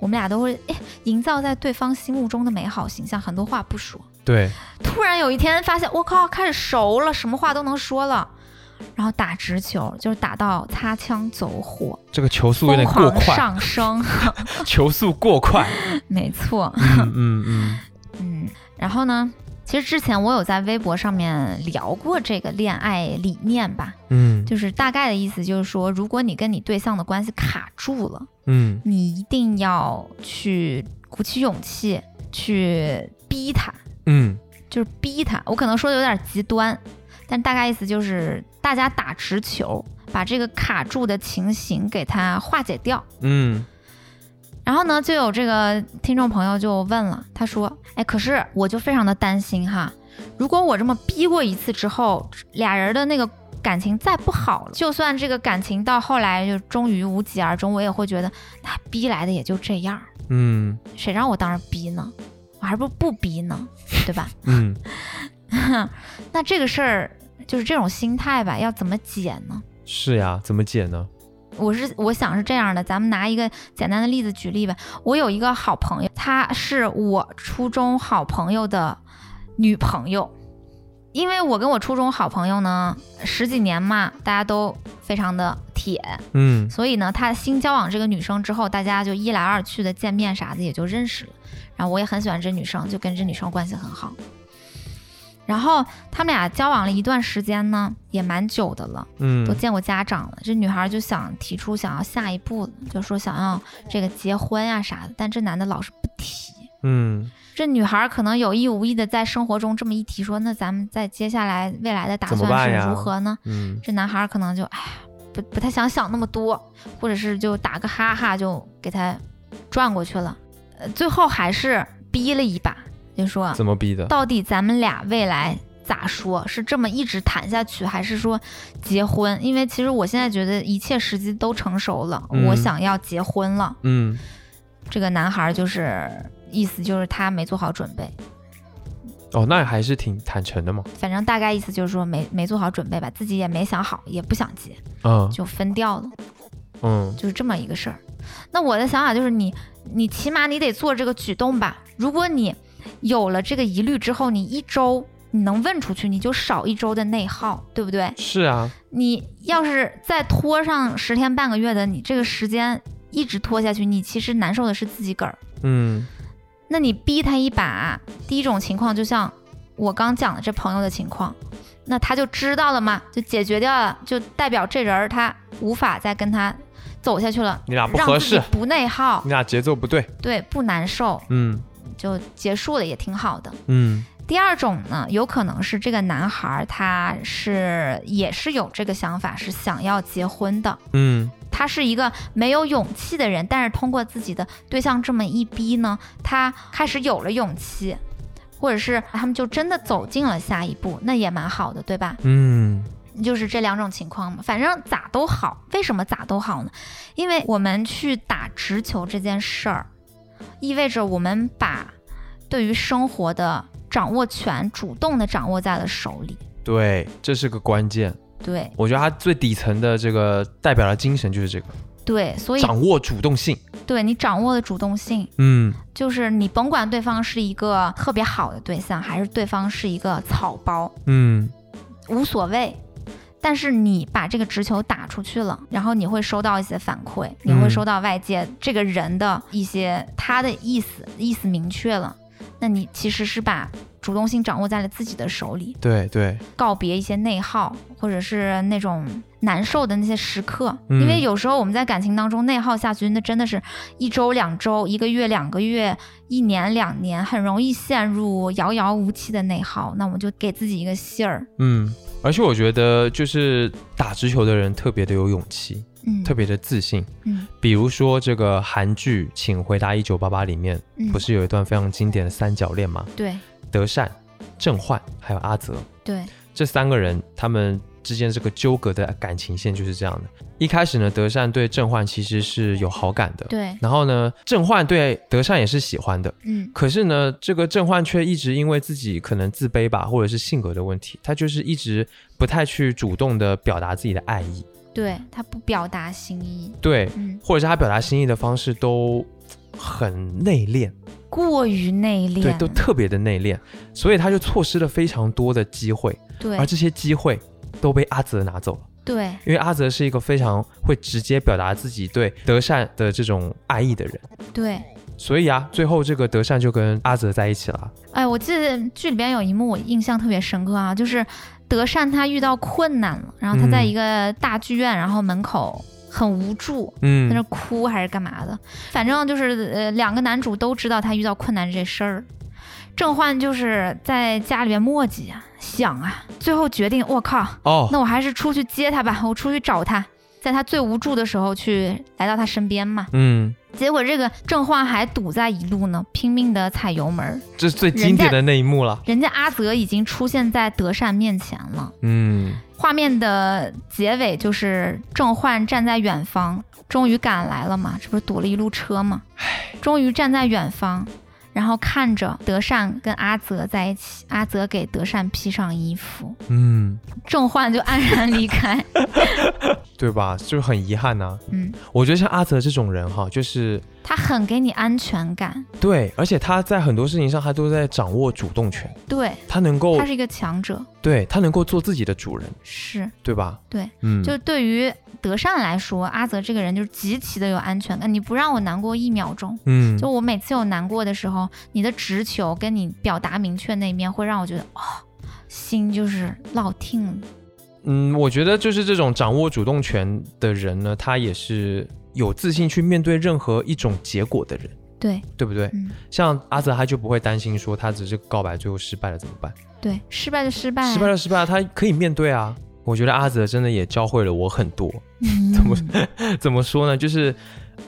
[SPEAKER 1] 我们俩都会哎营造在对方心目中的美好形象，很多话不说。
[SPEAKER 2] 对，
[SPEAKER 1] 突然有一天发现，我靠，开始熟了，什么话都能说了。然后打直球，就是打到擦枪走火，
[SPEAKER 2] 这个球速有
[SPEAKER 1] 疯
[SPEAKER 2] 点过
[SPEAKER 1] 狂
[SPEAKER 2] 快，
[SPEAKER 1] 上升， (laughs)
[SPEAKER 2] 球速过快。
[SPEAKER 1] 没错，
[SPEAKER 2] 嗯嗯嗯
[SPEAKER 1] 嗯。然后呢，其实之前我有在微博上面聊过这个恋爱理念吧，
[SPEAKER 2] 嗯
[SPEAKER 1] 就是大概的意思就是说，如果你跟你对象的关系卡住了，
[SPEAKER 2] 嗯
[SPEAKER 1] 你一定要去鼓起勇气去逼他，
[SPEAKER 2] 嗯
[SPEAKER 1] 就是逼他。我可能说的有点极端，但大概意思就是大家打直球，把这个卡住的情形给它化解掉。
[SPEAKER 2] 嗯
[SPEAKER 1] 然后呢，就有这个听众朋友就问了，他说：“哎，可是我就非常的担心哈，如果我这么逼过一次之后，俩人的那个感情再不好了，就算这个感情到后来就终于无疾而终，我也会觉得，那逼来的也就这样，
[SPEAKER 2] 嗯
[SPEAKER 1] 谁让我当时逼呢？我还不如不逼呢，对吧？ (laughs)
[SPEAKER 2] 嗯
[SPEAKER 1] 那这个事儿就是这种心态吧，要怎么解呢？”
[SPEAKER 2] 是呀，怎么解呢？
[SPEAKER 1] 我是我想是这样的，咱们拿一个简单的例子举例吧。我有一个好朋友，她是我初中好朋友的女朋友，因为我跟我初中好朋友呢十几年嘛，大家都非常的铁，
[SPEAKER 2] 嗯
[SPEAKER 1] 所以呢，她新交往这个女生之后，大家就一来二去的见面啥的也就认识了。然后我也很喜欢这女生，就跟这女生关系很好。然后他们俩交往了一段时间呢，也蛮久的了。
[SPEAKER 2] 嗯
[SPEAKER 1] 都见过家长了，这女孩就想提出想要下一步了，就说想要这个结婚呀、啥的，但这男的老是不提。
[SPEAKER 2] 嗯
[SPEAKER 1] 这女孩可能有意无意的在生活中这么一提说，那咱们在接下来未来的打
[SPEAKER 2] 怎么办
[SPEAKER 1] 算
[SPEAKER 2] 呀
[SPEAKER 1] 是如何呢？
[SPEAKER 2] 嗯
[SPEAKER 1] 这男孩可能就哎呀，不不太想想那么多，或者是就打个哈哈就给他转过去了。呃，最后还是逼了一把，就说
[SPEAKER 2] 怎么逼的？
[SPEAKER 1] 到底咱们俩未来咋说，是这么一直谈下去，还是说结婚？因为其实我现在觉得一切时机都成熟了，
[SPEAKER 2] 嗯
[SPEAKER 1] 我想要结婚了。
[SPEAKER 2] 嗯，
[SPEAKER 1] 这个男孩儿就是意思就是他没做好准备，
[SPEAKER 2] 哦，那还是挺坦诚的嘛。
[SPEAKER 1] 反正大概意思就是说没没做好准备吧，自己也没想好，也不想结，
[SPEAKER 2] 嗯
[SPEAKER 1] 就分掉了，
[SPEAKER 2] 嗯，
[SPEAKER 1] 就是这么一个事儿。那我的想法就是你，你起码你得做这个举动吧。如果你有了这个疑虑之后，你一周你能问出去，你就少一周的内耗，对不对？
[SPEAKER 2] 是啊，
[SPEAKER 1] 你要是再拖上十天半个月的，你这个时间一直拖下去，你其实难受的是自己个儿。
[SPEAKER 2] 嗯
[SPEAKER 1] 那你逼他一把，第一种情况就像我刚讲的这朋友的情况，那他就知道了嘛，就解决掉了，就代表这人儿他无法再跟他走下去了，
[SPEAKER 2] 你俩不
[SPEAKER 1] 让
[SPEAKER 2] 合
[SPEAKER 1] 自己
[SPEAKER 2] 适，
[SPEAKER 1] 不内耗
[SPEAKER 2] 你，俩节奏不对。
[SPEAKER 1] 对，不难受，
[SPEAKER 2] 嗯
[SPEAKER 1] 就结束了也挺好的。
[SPEAKER 2] 嗯
[SPEAKER 1] 第二种呢，有可能是这个男孩儿他是也是有这个想法，是想要结婚的，
[SPEAKER 2] 嗯
[SPEAKER 1] 他是一个没有勇气的人，但是通过自己的对象这么一逼呢，他开始有了勇气，或者是他们就真的走进了下一步，那也蛮好的，对吧？
[SPEAKER 2] 嗯
[SPEAKER 1] 就是这两种情况嘛，反正咋都好。为什么咋都好呢？因为我们去打直球这件事儿，意味着我们把对于生活的掌握权主动的掌握在了手里。
[SPEAKER 2] 对，这是个关键。
[SPEAKER 1] 对
[SPEAKER 2] 我觉得它最底层的这个代表的精神就是这个，
[SPEAKER 1] 对，所以
[SPEAKER 2] 掌握主动性。
[SPEAKER 1] 对你掌握了主动性，
[SPEAKER 2] 嗯
[SPEAKER 1] 就是你甭管对方是一个特别好的对象，还是对方是一个草包，
[SPEAKER 2] 嗯
[SPEAKER 1] 无所谓。但是你把这个直球打出去了，然后你会收到一些反馈，你会收到外界这个人的一些他的意思，意思明确了，那你其实是把主动性掌握在了自己的手里，
[SPEAKER 2] 对对，
[SPEAKER 1] 告别一些内耗或者是那种难受的那些时刻，
[SPEAKER 2] 嗯
[SPEAKER 1] 因为有时候我们在感情当中内耗下去，那真的是一周、两周、一个月、两个月、一年、两年，很容易陷入遥遥无期的内耗。那我们就给自己一个信儿，
[SPEAKER 2] 嗯。而且我觉得，就是打直球的人特别的有勇气，
[SPEAKER 1] 嗯，
[SPEAKER 2] 特别的自信。
[SPEAKER 1] 嗯
[SPEAKER 2] 比如说这个韩剧《请回答一九八八》里面，
[SPEAKER 1] 嗯，
[SPEAKER 2] 不是有一段非常经典的三角恋吗？
[SPEAKER 1] 对
[SPEAKER 2] 德善、郑焕还有阿泽
[SPEAKER 1] 对，
[SPEAKER 2] 这三个人，他们之间这个纠葛的感情线就是这样的。一开始呢，德善对郑焕其实是有好感的，
[SPEAKER 1] 对，
[SPEAKER 2] 然后呢，郑焕对德善也是喜欢的。
[SPEAKER 1] 嗯
[SPEAKER 2] 可是呢，这个郑焕却一直因为自己可能自卑吧，或者是性格的问题，他就是一直不太去主动的表达自己的爱意，
[SPEAKER 1] 对，他不表达心意，
[SPEAKER 2] 对，
[SPEAKER 1] 嗯，
[SPEAKER 2] 或者是他表达心意的方式都很内敛，
[SPEAKER 1] 过于内敛，
[SPEAKER 2] 对，都特别的内敛，所以他就错失了非常多的机会，
[SPEAKER 1] 对
[SPEAKER 2] 而这些机会都被阿泽拿走了。
[SPEAKER 1] 对
[SPEAKER 2] 因为阿泽是一个非常会直接表达自己对德善的这种爱意的人，
[SPEAKER 1] 对。
[SPEAKER 2] 所以啊，最后这个德善就跟阿泽在一起了。
[SPEAKER 1] 哎，我记得剧里边有一幕我印象特别深刻啊，就是德善他遇到困难了，然后他在
[SPEAKER 2] 嗯
[SPEAKER 1] 一个大剧院，然后门口很无助，在那
[SPEAKER 2] 嗯，
[SPEAKER 1] 哭还是干嘛的，反正就是呃两个男主都知道他遇到困难这事儿。郑焕就是在家里边磨叽啊，想啊，最后决定，我靠，
[SPEAKER 2] 哦，
[SPEAKER 1] 那我还是出去接他吧，我出去找他，在他最无助的时候去来到他身边嘛。
[SPEAKER 2] 嗯，
[SPEAKER 1] 结果这个郑焕还堵在一路呢，拼命的踩油门儿，
[SPEAKER 2] 这是最经典的那一幕了。
[SPEAKER 1] 人家阿泽已经出现在德善面前了。
[SPEAKER 2] 嗯
[SPEAKER 1] 画面的结尾就是郑焕站在远方，终于赶来了嘛，这不是堵了一路车嘛？终于站在远方，然后看着德善跟阿泽在一起，阿泽给德善披上衣服，
[SPEAKER 2] 嗯，
[SPEAKER 1] 郑焕就黯然离开。
[SPEAKER 2] 对吧？就是很遗憾啊呐、
[SPEAKER 1] 嗯，
[SPEAKER 2] 我觉得像阿泽这种人哈，就是
[SPEAKER 1] 他很给你安全感，
[SPEAKER 2] 对，而且他在很多事情上他都在掌握主动权，
[SPEAKER 1] 对
[SPEAKER 2] 他能够
[SPEAKER 1] 他是一个强者，
[SPEAKER 2] 对他能够做自己的主人，
[SPEAKER 1] 是
[SPEAKER 2] 对吧？
[SPEAKER 1] 对，
[SPEAKER 2] 嗯，
[SPEAKER 1] 就对于德善来说，阿泽这个人就是极其的有安全感，你不让我难过一秒钟。
[SPEAKER 2] 嗯，
[SPEAKER 1] 就我每次有难过的时候，你的直球跟你表达明确那一面，会让我觉得哦，心就是落听了。
[SPEAKER 2] 嗯，我觉得就是这种掌握主动权的人呢，他也是有自信去面对任何一种结果的人，
[SPEAKER 1] 对，
[SPEAKER 2] 对不对？
[SPEAKER 1] 嗯，
[SPEAKER 2] 像阿泽他就不会担心说他只是告白最后失败了怎么办，
[SPEAKER 1] 对，失败就失败，
[SPEAKER 2] 失败了失败了，他可以面对啊。我觉得阿泽真的也教会了我很多。
[SPEAKER 1] 嗯，
[SPEAKER 2] (laughs) 怎么怎么说呢？就是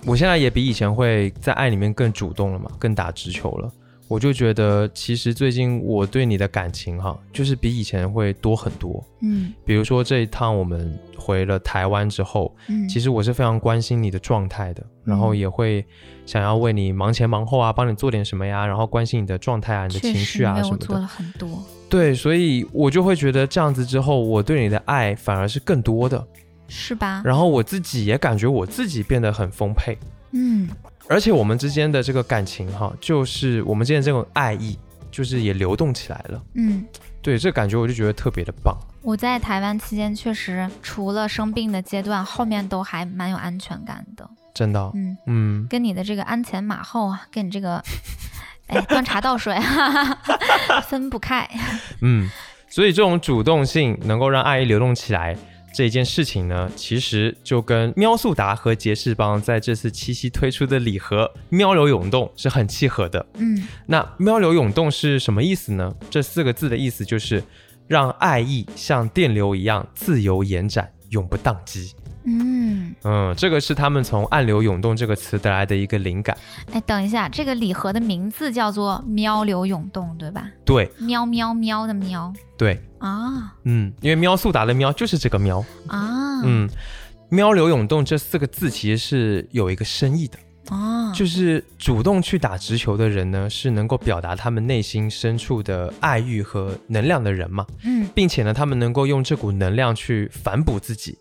[SPEAKER 2] 我现在也比以前会在爱里面更主动了嘛，更打直球了。我就觉得其实最近我对你的感情哈，就是比以前会多很多。
[SPEAKER 1] 嗯
[SPEAKER 2] 比如说这一趟我们回了台湾之后，
[SPEAKER 1] 嗯，
[SPEAKER 2] 其实我是非常关心你的状态的，然后也会想要为你忙前忙后啊，帮你做点什么呀，然后关心你的状态啊、你的
[SPEAKER 1] 确
[SPEAKER 2] 情
[SPEAKER 1] 实
[SPEAKER 2] 绪
[SPEAKER 1] 因
[SPEAKER 2] 啊
[SPEAKER 1] 为
[SPEAKER 2] 什
[SPEAKER 1] 我
[SPEAKER 2] 么
[SPEAKER 1] 做
[SPEAKER 2] 的。
[SPEAKER 1] 了很多，
[SPEAKER 2] 对，所以我就会觉得这样子之后，我对你的爱反而是更多的，
[SPEAKER 1] 啊是吧？
[SPEAKER 2] 然后我自己也感觉我自己变得很丰沛，
[SPEAKER 1] 嗯
[SPEAKER 2] 而且我们之间的这个感情哈，就是我们之间这种爱意，就是也流动起来了。
[SPEAKER 1] 嗯。
[SPEAKER 2] 对，这感觉我就觉得特别的棒。
[SPEAKER 1] 我在台湾期间，确实除了生病的阶段，后面都还蛮有安全感的。
[SPEAKER 2] 真的哦、
[SPEAKER 1] 嗯，
[SPEAKER 2] 嗯，
[SPEAKER 1] 跟你的这个鞍前马后啊，跟你这
[SPEAKER 2] (laughs)
[SPEAKER 1] 个，哎，端茶倒水，哈哈哈， (laughs) 分不开。
[SPEAKER 2] 嗯，所以这种主动性能够让爱意流动起来这一件事情呢，其实就跟喵速达和杰士邦在这次七夕推出的礼盒“喵流涌动”是很契合的。
[SPEAKER 1] 嗯
[SPEAKER 2] 那“喵流涌动”是什么意思呢？这四个字的意思就是让爱意像电流一样自由延展，永不宕机。
[SPEAKER 1] 嗯，
[SPEAKER 2] 嗯，这个是他们从“暗流涌动”这个词得来的一个灵感。
[SPEAKER 1] 哎，等一下，这个礼盒的名字叫做“喵流涌动”，对吧？
[SPEAKER 2] 对
[SPEAKER 1] 喵喵喵的喵
[SPEAKER 2] 对，
[SPEAKER 1] 啊
[SPEAKER 2] 嗯，因为喵速达的喵就是这个喵，
[SPEAKER 1] 啊，
[SPEAKER 2] 嗯，喵流涌动这四个字其实是有一个深意的，
[SPEAKER 1] 啊，
[SPEAKER 2] 就是主动去打直球的人呢，是能够表达他们内心深处的爱欲和能量的人嘛，
[SPEAKER 1] 嗯
[SPEAKER 2] 并且呢，他们能够用这股能量去反哺自己，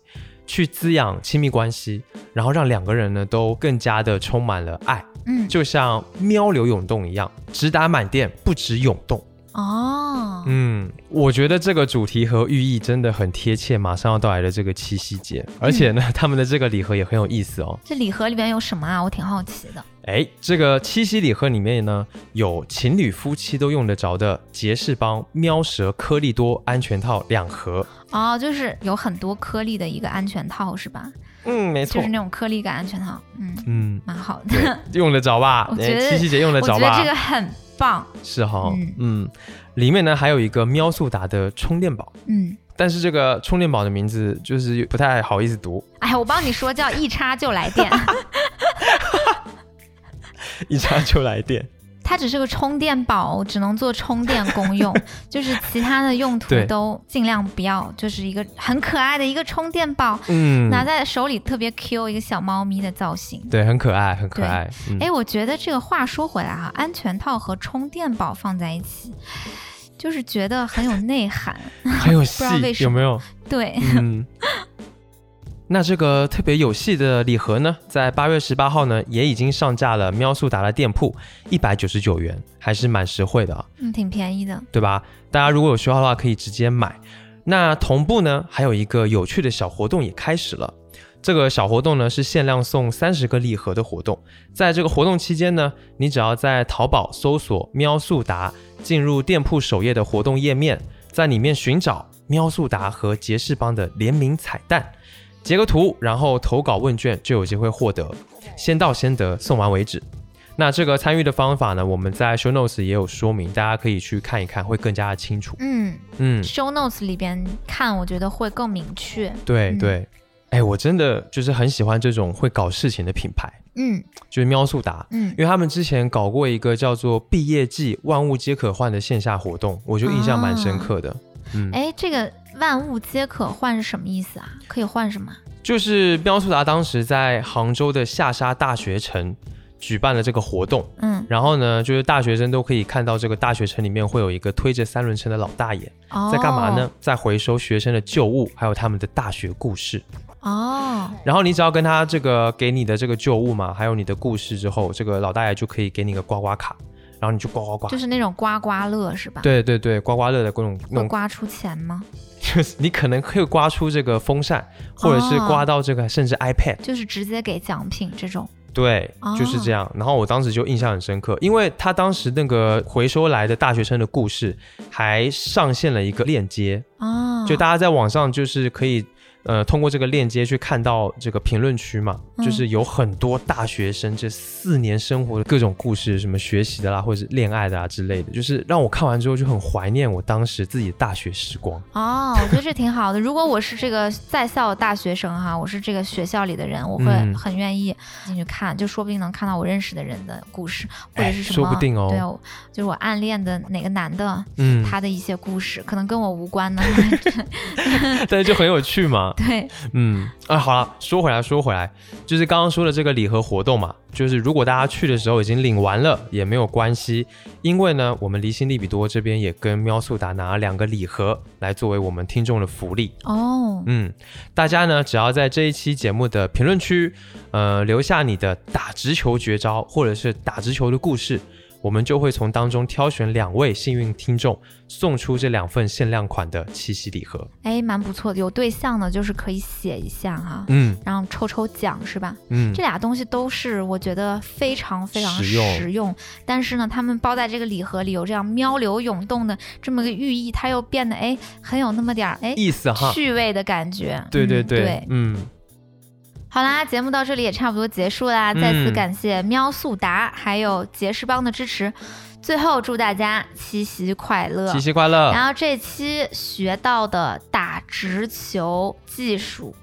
[SPEAKER 2] 去滋养亲密关系，然后让两个人呢都更加的充满了爱，
[SPEAKER 1] 嗯
[SPEAKER 2] 就像喵流涌动一样，直达满电，不止涌动。
[SPEAKER 1] 哦，
[SPEAKER 2] 嗯，我觉得这个主题和寓意真的很贴切，马上要到来的这个七夕节，而且呢，他们的这个礼盒也很有意思哦。
[SPEAKER 1] 这礼盒里边有什么啊？我挺好奇的。
[SPEAKER 2] 哎，这个七夕礼盒里面呢，有情侣夫妻都用得着的杰士邦喵舌颗粒多安全套两盒。
[SPEAKER 1] 哦，就是有很多颗粒的一个安全套是吧？
[SPEAKER 2] 嗯，没
[SPEAKER 1] 就
[SPEAKER 2] 错
[SPEAKER 1] 是。那种颗粒感安全套，嗯，
[SPEAKER 2] (laughs) 嗯，
[SPEAKER 1] 蛮好
[SPEAKER 2] 对
[SPEAKER 1] 的。，
[SPEAKER 2] 用得着吧？
[SPEAKER 1] 我觉
[SPEAKER 2] 哎
[SPEAKER 1] 得
[SPEAKER 2] 七夕节用
[SPEAKER 1] (laughs)
[SPEAKER 2] 得
[SPEAKER 1] 我觉
[SPEAKER 2] 着
[SPEAKER 1] 得
[SPEAKER 2] 吧？
[SPEAKER 1] 这个很棒，
[SPEAKER 2] 是哈，
[SPEAKER 1] 嗯
[SPEAKER 2] 嗯，里面呢还有一个喵速达的充电宝，
[SPEAKER 1] 嗯，
[SPEAKER 2] 但是这个充电宝的名字就是不太好意思读，
[SPEAKER 1] 哎，我帮你说，叫一插就来电，
[SPEAKER 2] 一插就来电。
[SPEAKER 1] 它只是个充电宝，只能做充电功
[SPEAKER 2] (laughs)
[SPEAKER 1] 用，就是其他的用途
[SPEAKER 2] 对
[SPEAKER 1] 都尽量不要，就是一个很可爱的一个充电宝，
[SPEAKER 2] 嗯，
[SPEAKER 1] 拿在手里特别 Q，一个小猫咪的造型。
[SPEAKER 2] 对，很可爱，很可
[SPEAKER 1] 对
[SPEAKER 2] 爱。嗯、
[SPEAKER 1] 哎，我觉得这个话说回来啊，安全套和充电宝放在一起，就是觉得很有内
[SPEAKER 2] (laughs)
[SPEAKER 1] 涵。
[SPEAKER 2] 很有
[SPEAKER 1] 知道为
[SPEAKER 2] 戏，
[SPEAKER 1] 什
[SPEAKER 2] 有没有？
[SPEAKER 1] 对，
[SPEAKER 2] 嗯。 (laughs) 那这个特别有戏的礼盒呢，在八月十八号呢，也已经上架了喵速达的店铺，一百九十九元，还是蛮实惠的啊，
[SPEAKER 1] 嗯，挺便宜的。
[SPEAKER 2] 对吧？大家如果有需要的话，可以直接买。那同步呢，还有一个有趣的小活动也开始了。这个小活动呢是限量送三十个礼盒的活动，在这个活动期间呢，你只要在淘宝搜索“喵速达”，进入店铺首页的活动页面，在里面寻找喵速达和杰士邦的联名彩蛋，截个图，然后投稿问卷就有机会获得，先到先得，送完为止。那这个参与的方法呢，我们在 show notes 也有说明，大家可以去看一看，会更加的清楚。
[SPEAKER 1] 嗯，
[SPEAKER 2] 嗯，
[SPEAKER 1] show notes 里边看，我觉得会更明确。
[SPEAKER 2] 对
[SPEAKER 1] 嗯
[SPEAKER 2] 对，哎，我真的就是很喜欢这种会搞事情的品牌，
[SPEAKER 1] 嗯
[SPEAKER 2] 就是喵速达，
[SPEAKER 1] 嗯，
[SPEAKER 2] 因为他们之前搞过一个叫做“毕业季万物皆可换”的线下活动，我就印象蛮深刻的。嗯，
[SPEAKER 1] 哎，这个万物皆可换是什么意思啊？可以换什么？
[SPEAKER 2] 就是喵速达当时在杭州的下沙大学城举办了这个活动，
[SPEAKER 1] 嗯，
[SPEAKER 2] 然后呢，就是大学生都可以看到这个大学城里面会有一个推着三轮车的老大爷
[SPEAKER 1] 哦，
[SPEAKER 2] 在干嘛呢？？在回收学生的旧物，还有他们的大学故事。
[SPEAKER 1] 哦，
[SPEAKER 2] 然后你只要跟他这个给你的这个旧物嘛，还有你的故事之后，这个老大爷就可以给你个刮刮卡，然后你就刮刮刮。
[SPEAKER 1] 就是那种刮刮乐是吧？，
[SPEAKER 2] 对对对，刮刮乐的各种那
[SPEAKER 1] 会
[SPEAKER 2] 种，
[SPEAKER 1] 刮出钱吗？
[SPEAKER 2] 就是你可能会刮出这个风扇，或者是
[SPEAKER 1] 哦
[SPEAKER 2] 刮到这个甚至 iPad，
[SPEAKER 1] 就是直接给奖品这种。
[SPEAKER 2] 对，
[SPEAKER 1] 哦
[SPEAKER 2] 就是这样。然后我当时就印象很深刻，因为他当时那个回收来的大学生的故事，还上线了一个链接，
[SPEAKER 1] 哦，
[SPEAKER 2] 就大家在网上就是可以。呃，通过这个链接去看到这个评论区嘛，
[SPEAKER 1] 嗯
[SPEAKER 2] 就是有很多大学生这四年生活的各种故事，什么学习的啦，或者是恋爱的啊之类的，就是让我看完之后就很怀念我当时自己的大学时光。
[SPEAKER 1] 哦，我觉得这挺好的。如果我是这个在校大学生哈，我是这个学校里的人，我会
[SPEAKER 2] 嗯
[SPEAKER 1] 很愿意进去看，就说不定能看到我认识的人的故事，或者
[SPEAKER 2] 哎
[SPEAKER 1] 是什么，
[SPEAKER 2] 说不定哦
[SPEAKER 1] 对，我就是我暗恋的哪个男的，
[SPEAKER 2] 嗯，
[SPEAKER 1] 他的一些故事，可能跟我无关呢。
[SPEAKER 2] (laughs) 但是就很有趣嘛。
[SPEAKER 1] 对，
[SPEAKER 2] 嗯，啊，好了，说回来，说回来，就是刚刚说的这个礼盒活动嘛，就是如果大家去的时候已经领完了也没有关系，因为呢，我们离心利比多这边也跟喵速达拿了两个礼盒来作为我们听众的福利。
[SPEAKER 1] 哦，
[SPEAKER 2] 嗯，大家呢只要在这一期节目的评论区，呃，留下你的打直球绝招或者是打直球的故事，我们就会从当中挑选两位幸运听众，送出这两份限量款的七夕礼盒。
[SPEAKER 1] 哎，蛮不错的。有对象的，就是可以写一下哈，
[SPEAKER 2] 嗯
[SPEAKER 1] 然后抽抽奖是吧？
[SPEAKER 2] 嗯
[SPEAKER 1] 这，俩东西都是我觉得非常非常
[SPEAKER 2] 实用
[SPEAKER 1] 但是呢，它们包在这个礼盒里有这样喵流涌动的这么个寓意，它又变得哎很有那么点儿哎
[SPEAKER 2] 意思哈，
[SPEAKER 1] 趣味的感觉。
[SPEAKER 2] 对对
[SPEAKER 1] 嗯
[SPEAKER 2] 对，嗯
[SPEAKER 1] 好啦，节目到这里也差不多结束啦，
[SPEAKER 2] 嗯
[SPEAKER 1] 再次感谢喵速达还有杰士邦的支持。最后祝大家七夕快乐！
[SPEAKER 2] 嗯七夕啊快乐！
[SPEAKER 1] 然后这期学到的打直球技
[SPEAKER 2] (laughs)
[SPEAKER 1] 术、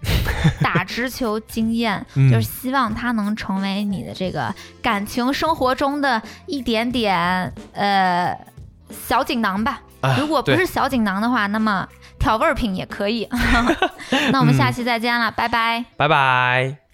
[SPEAKER 1] 打直球经验，
[SPEAKER 2] 嗯
[SPEAKER 1] 就是希望它能成为你的这个感情生活中的一点点呃小锦囊吧。
[SPEAKER 2] 啊
[SPEAKER 1] 如果不是
[SPEAKER 2] 对
[SPEAKER 1] 小锦囊的话，那 (laughs)
[SPEAKER 2] 嗯
[SPEAKER 1] 么调味儿品也可以。那我们下期再见了，拜拜。
[SPEAKER 2] 拜拜。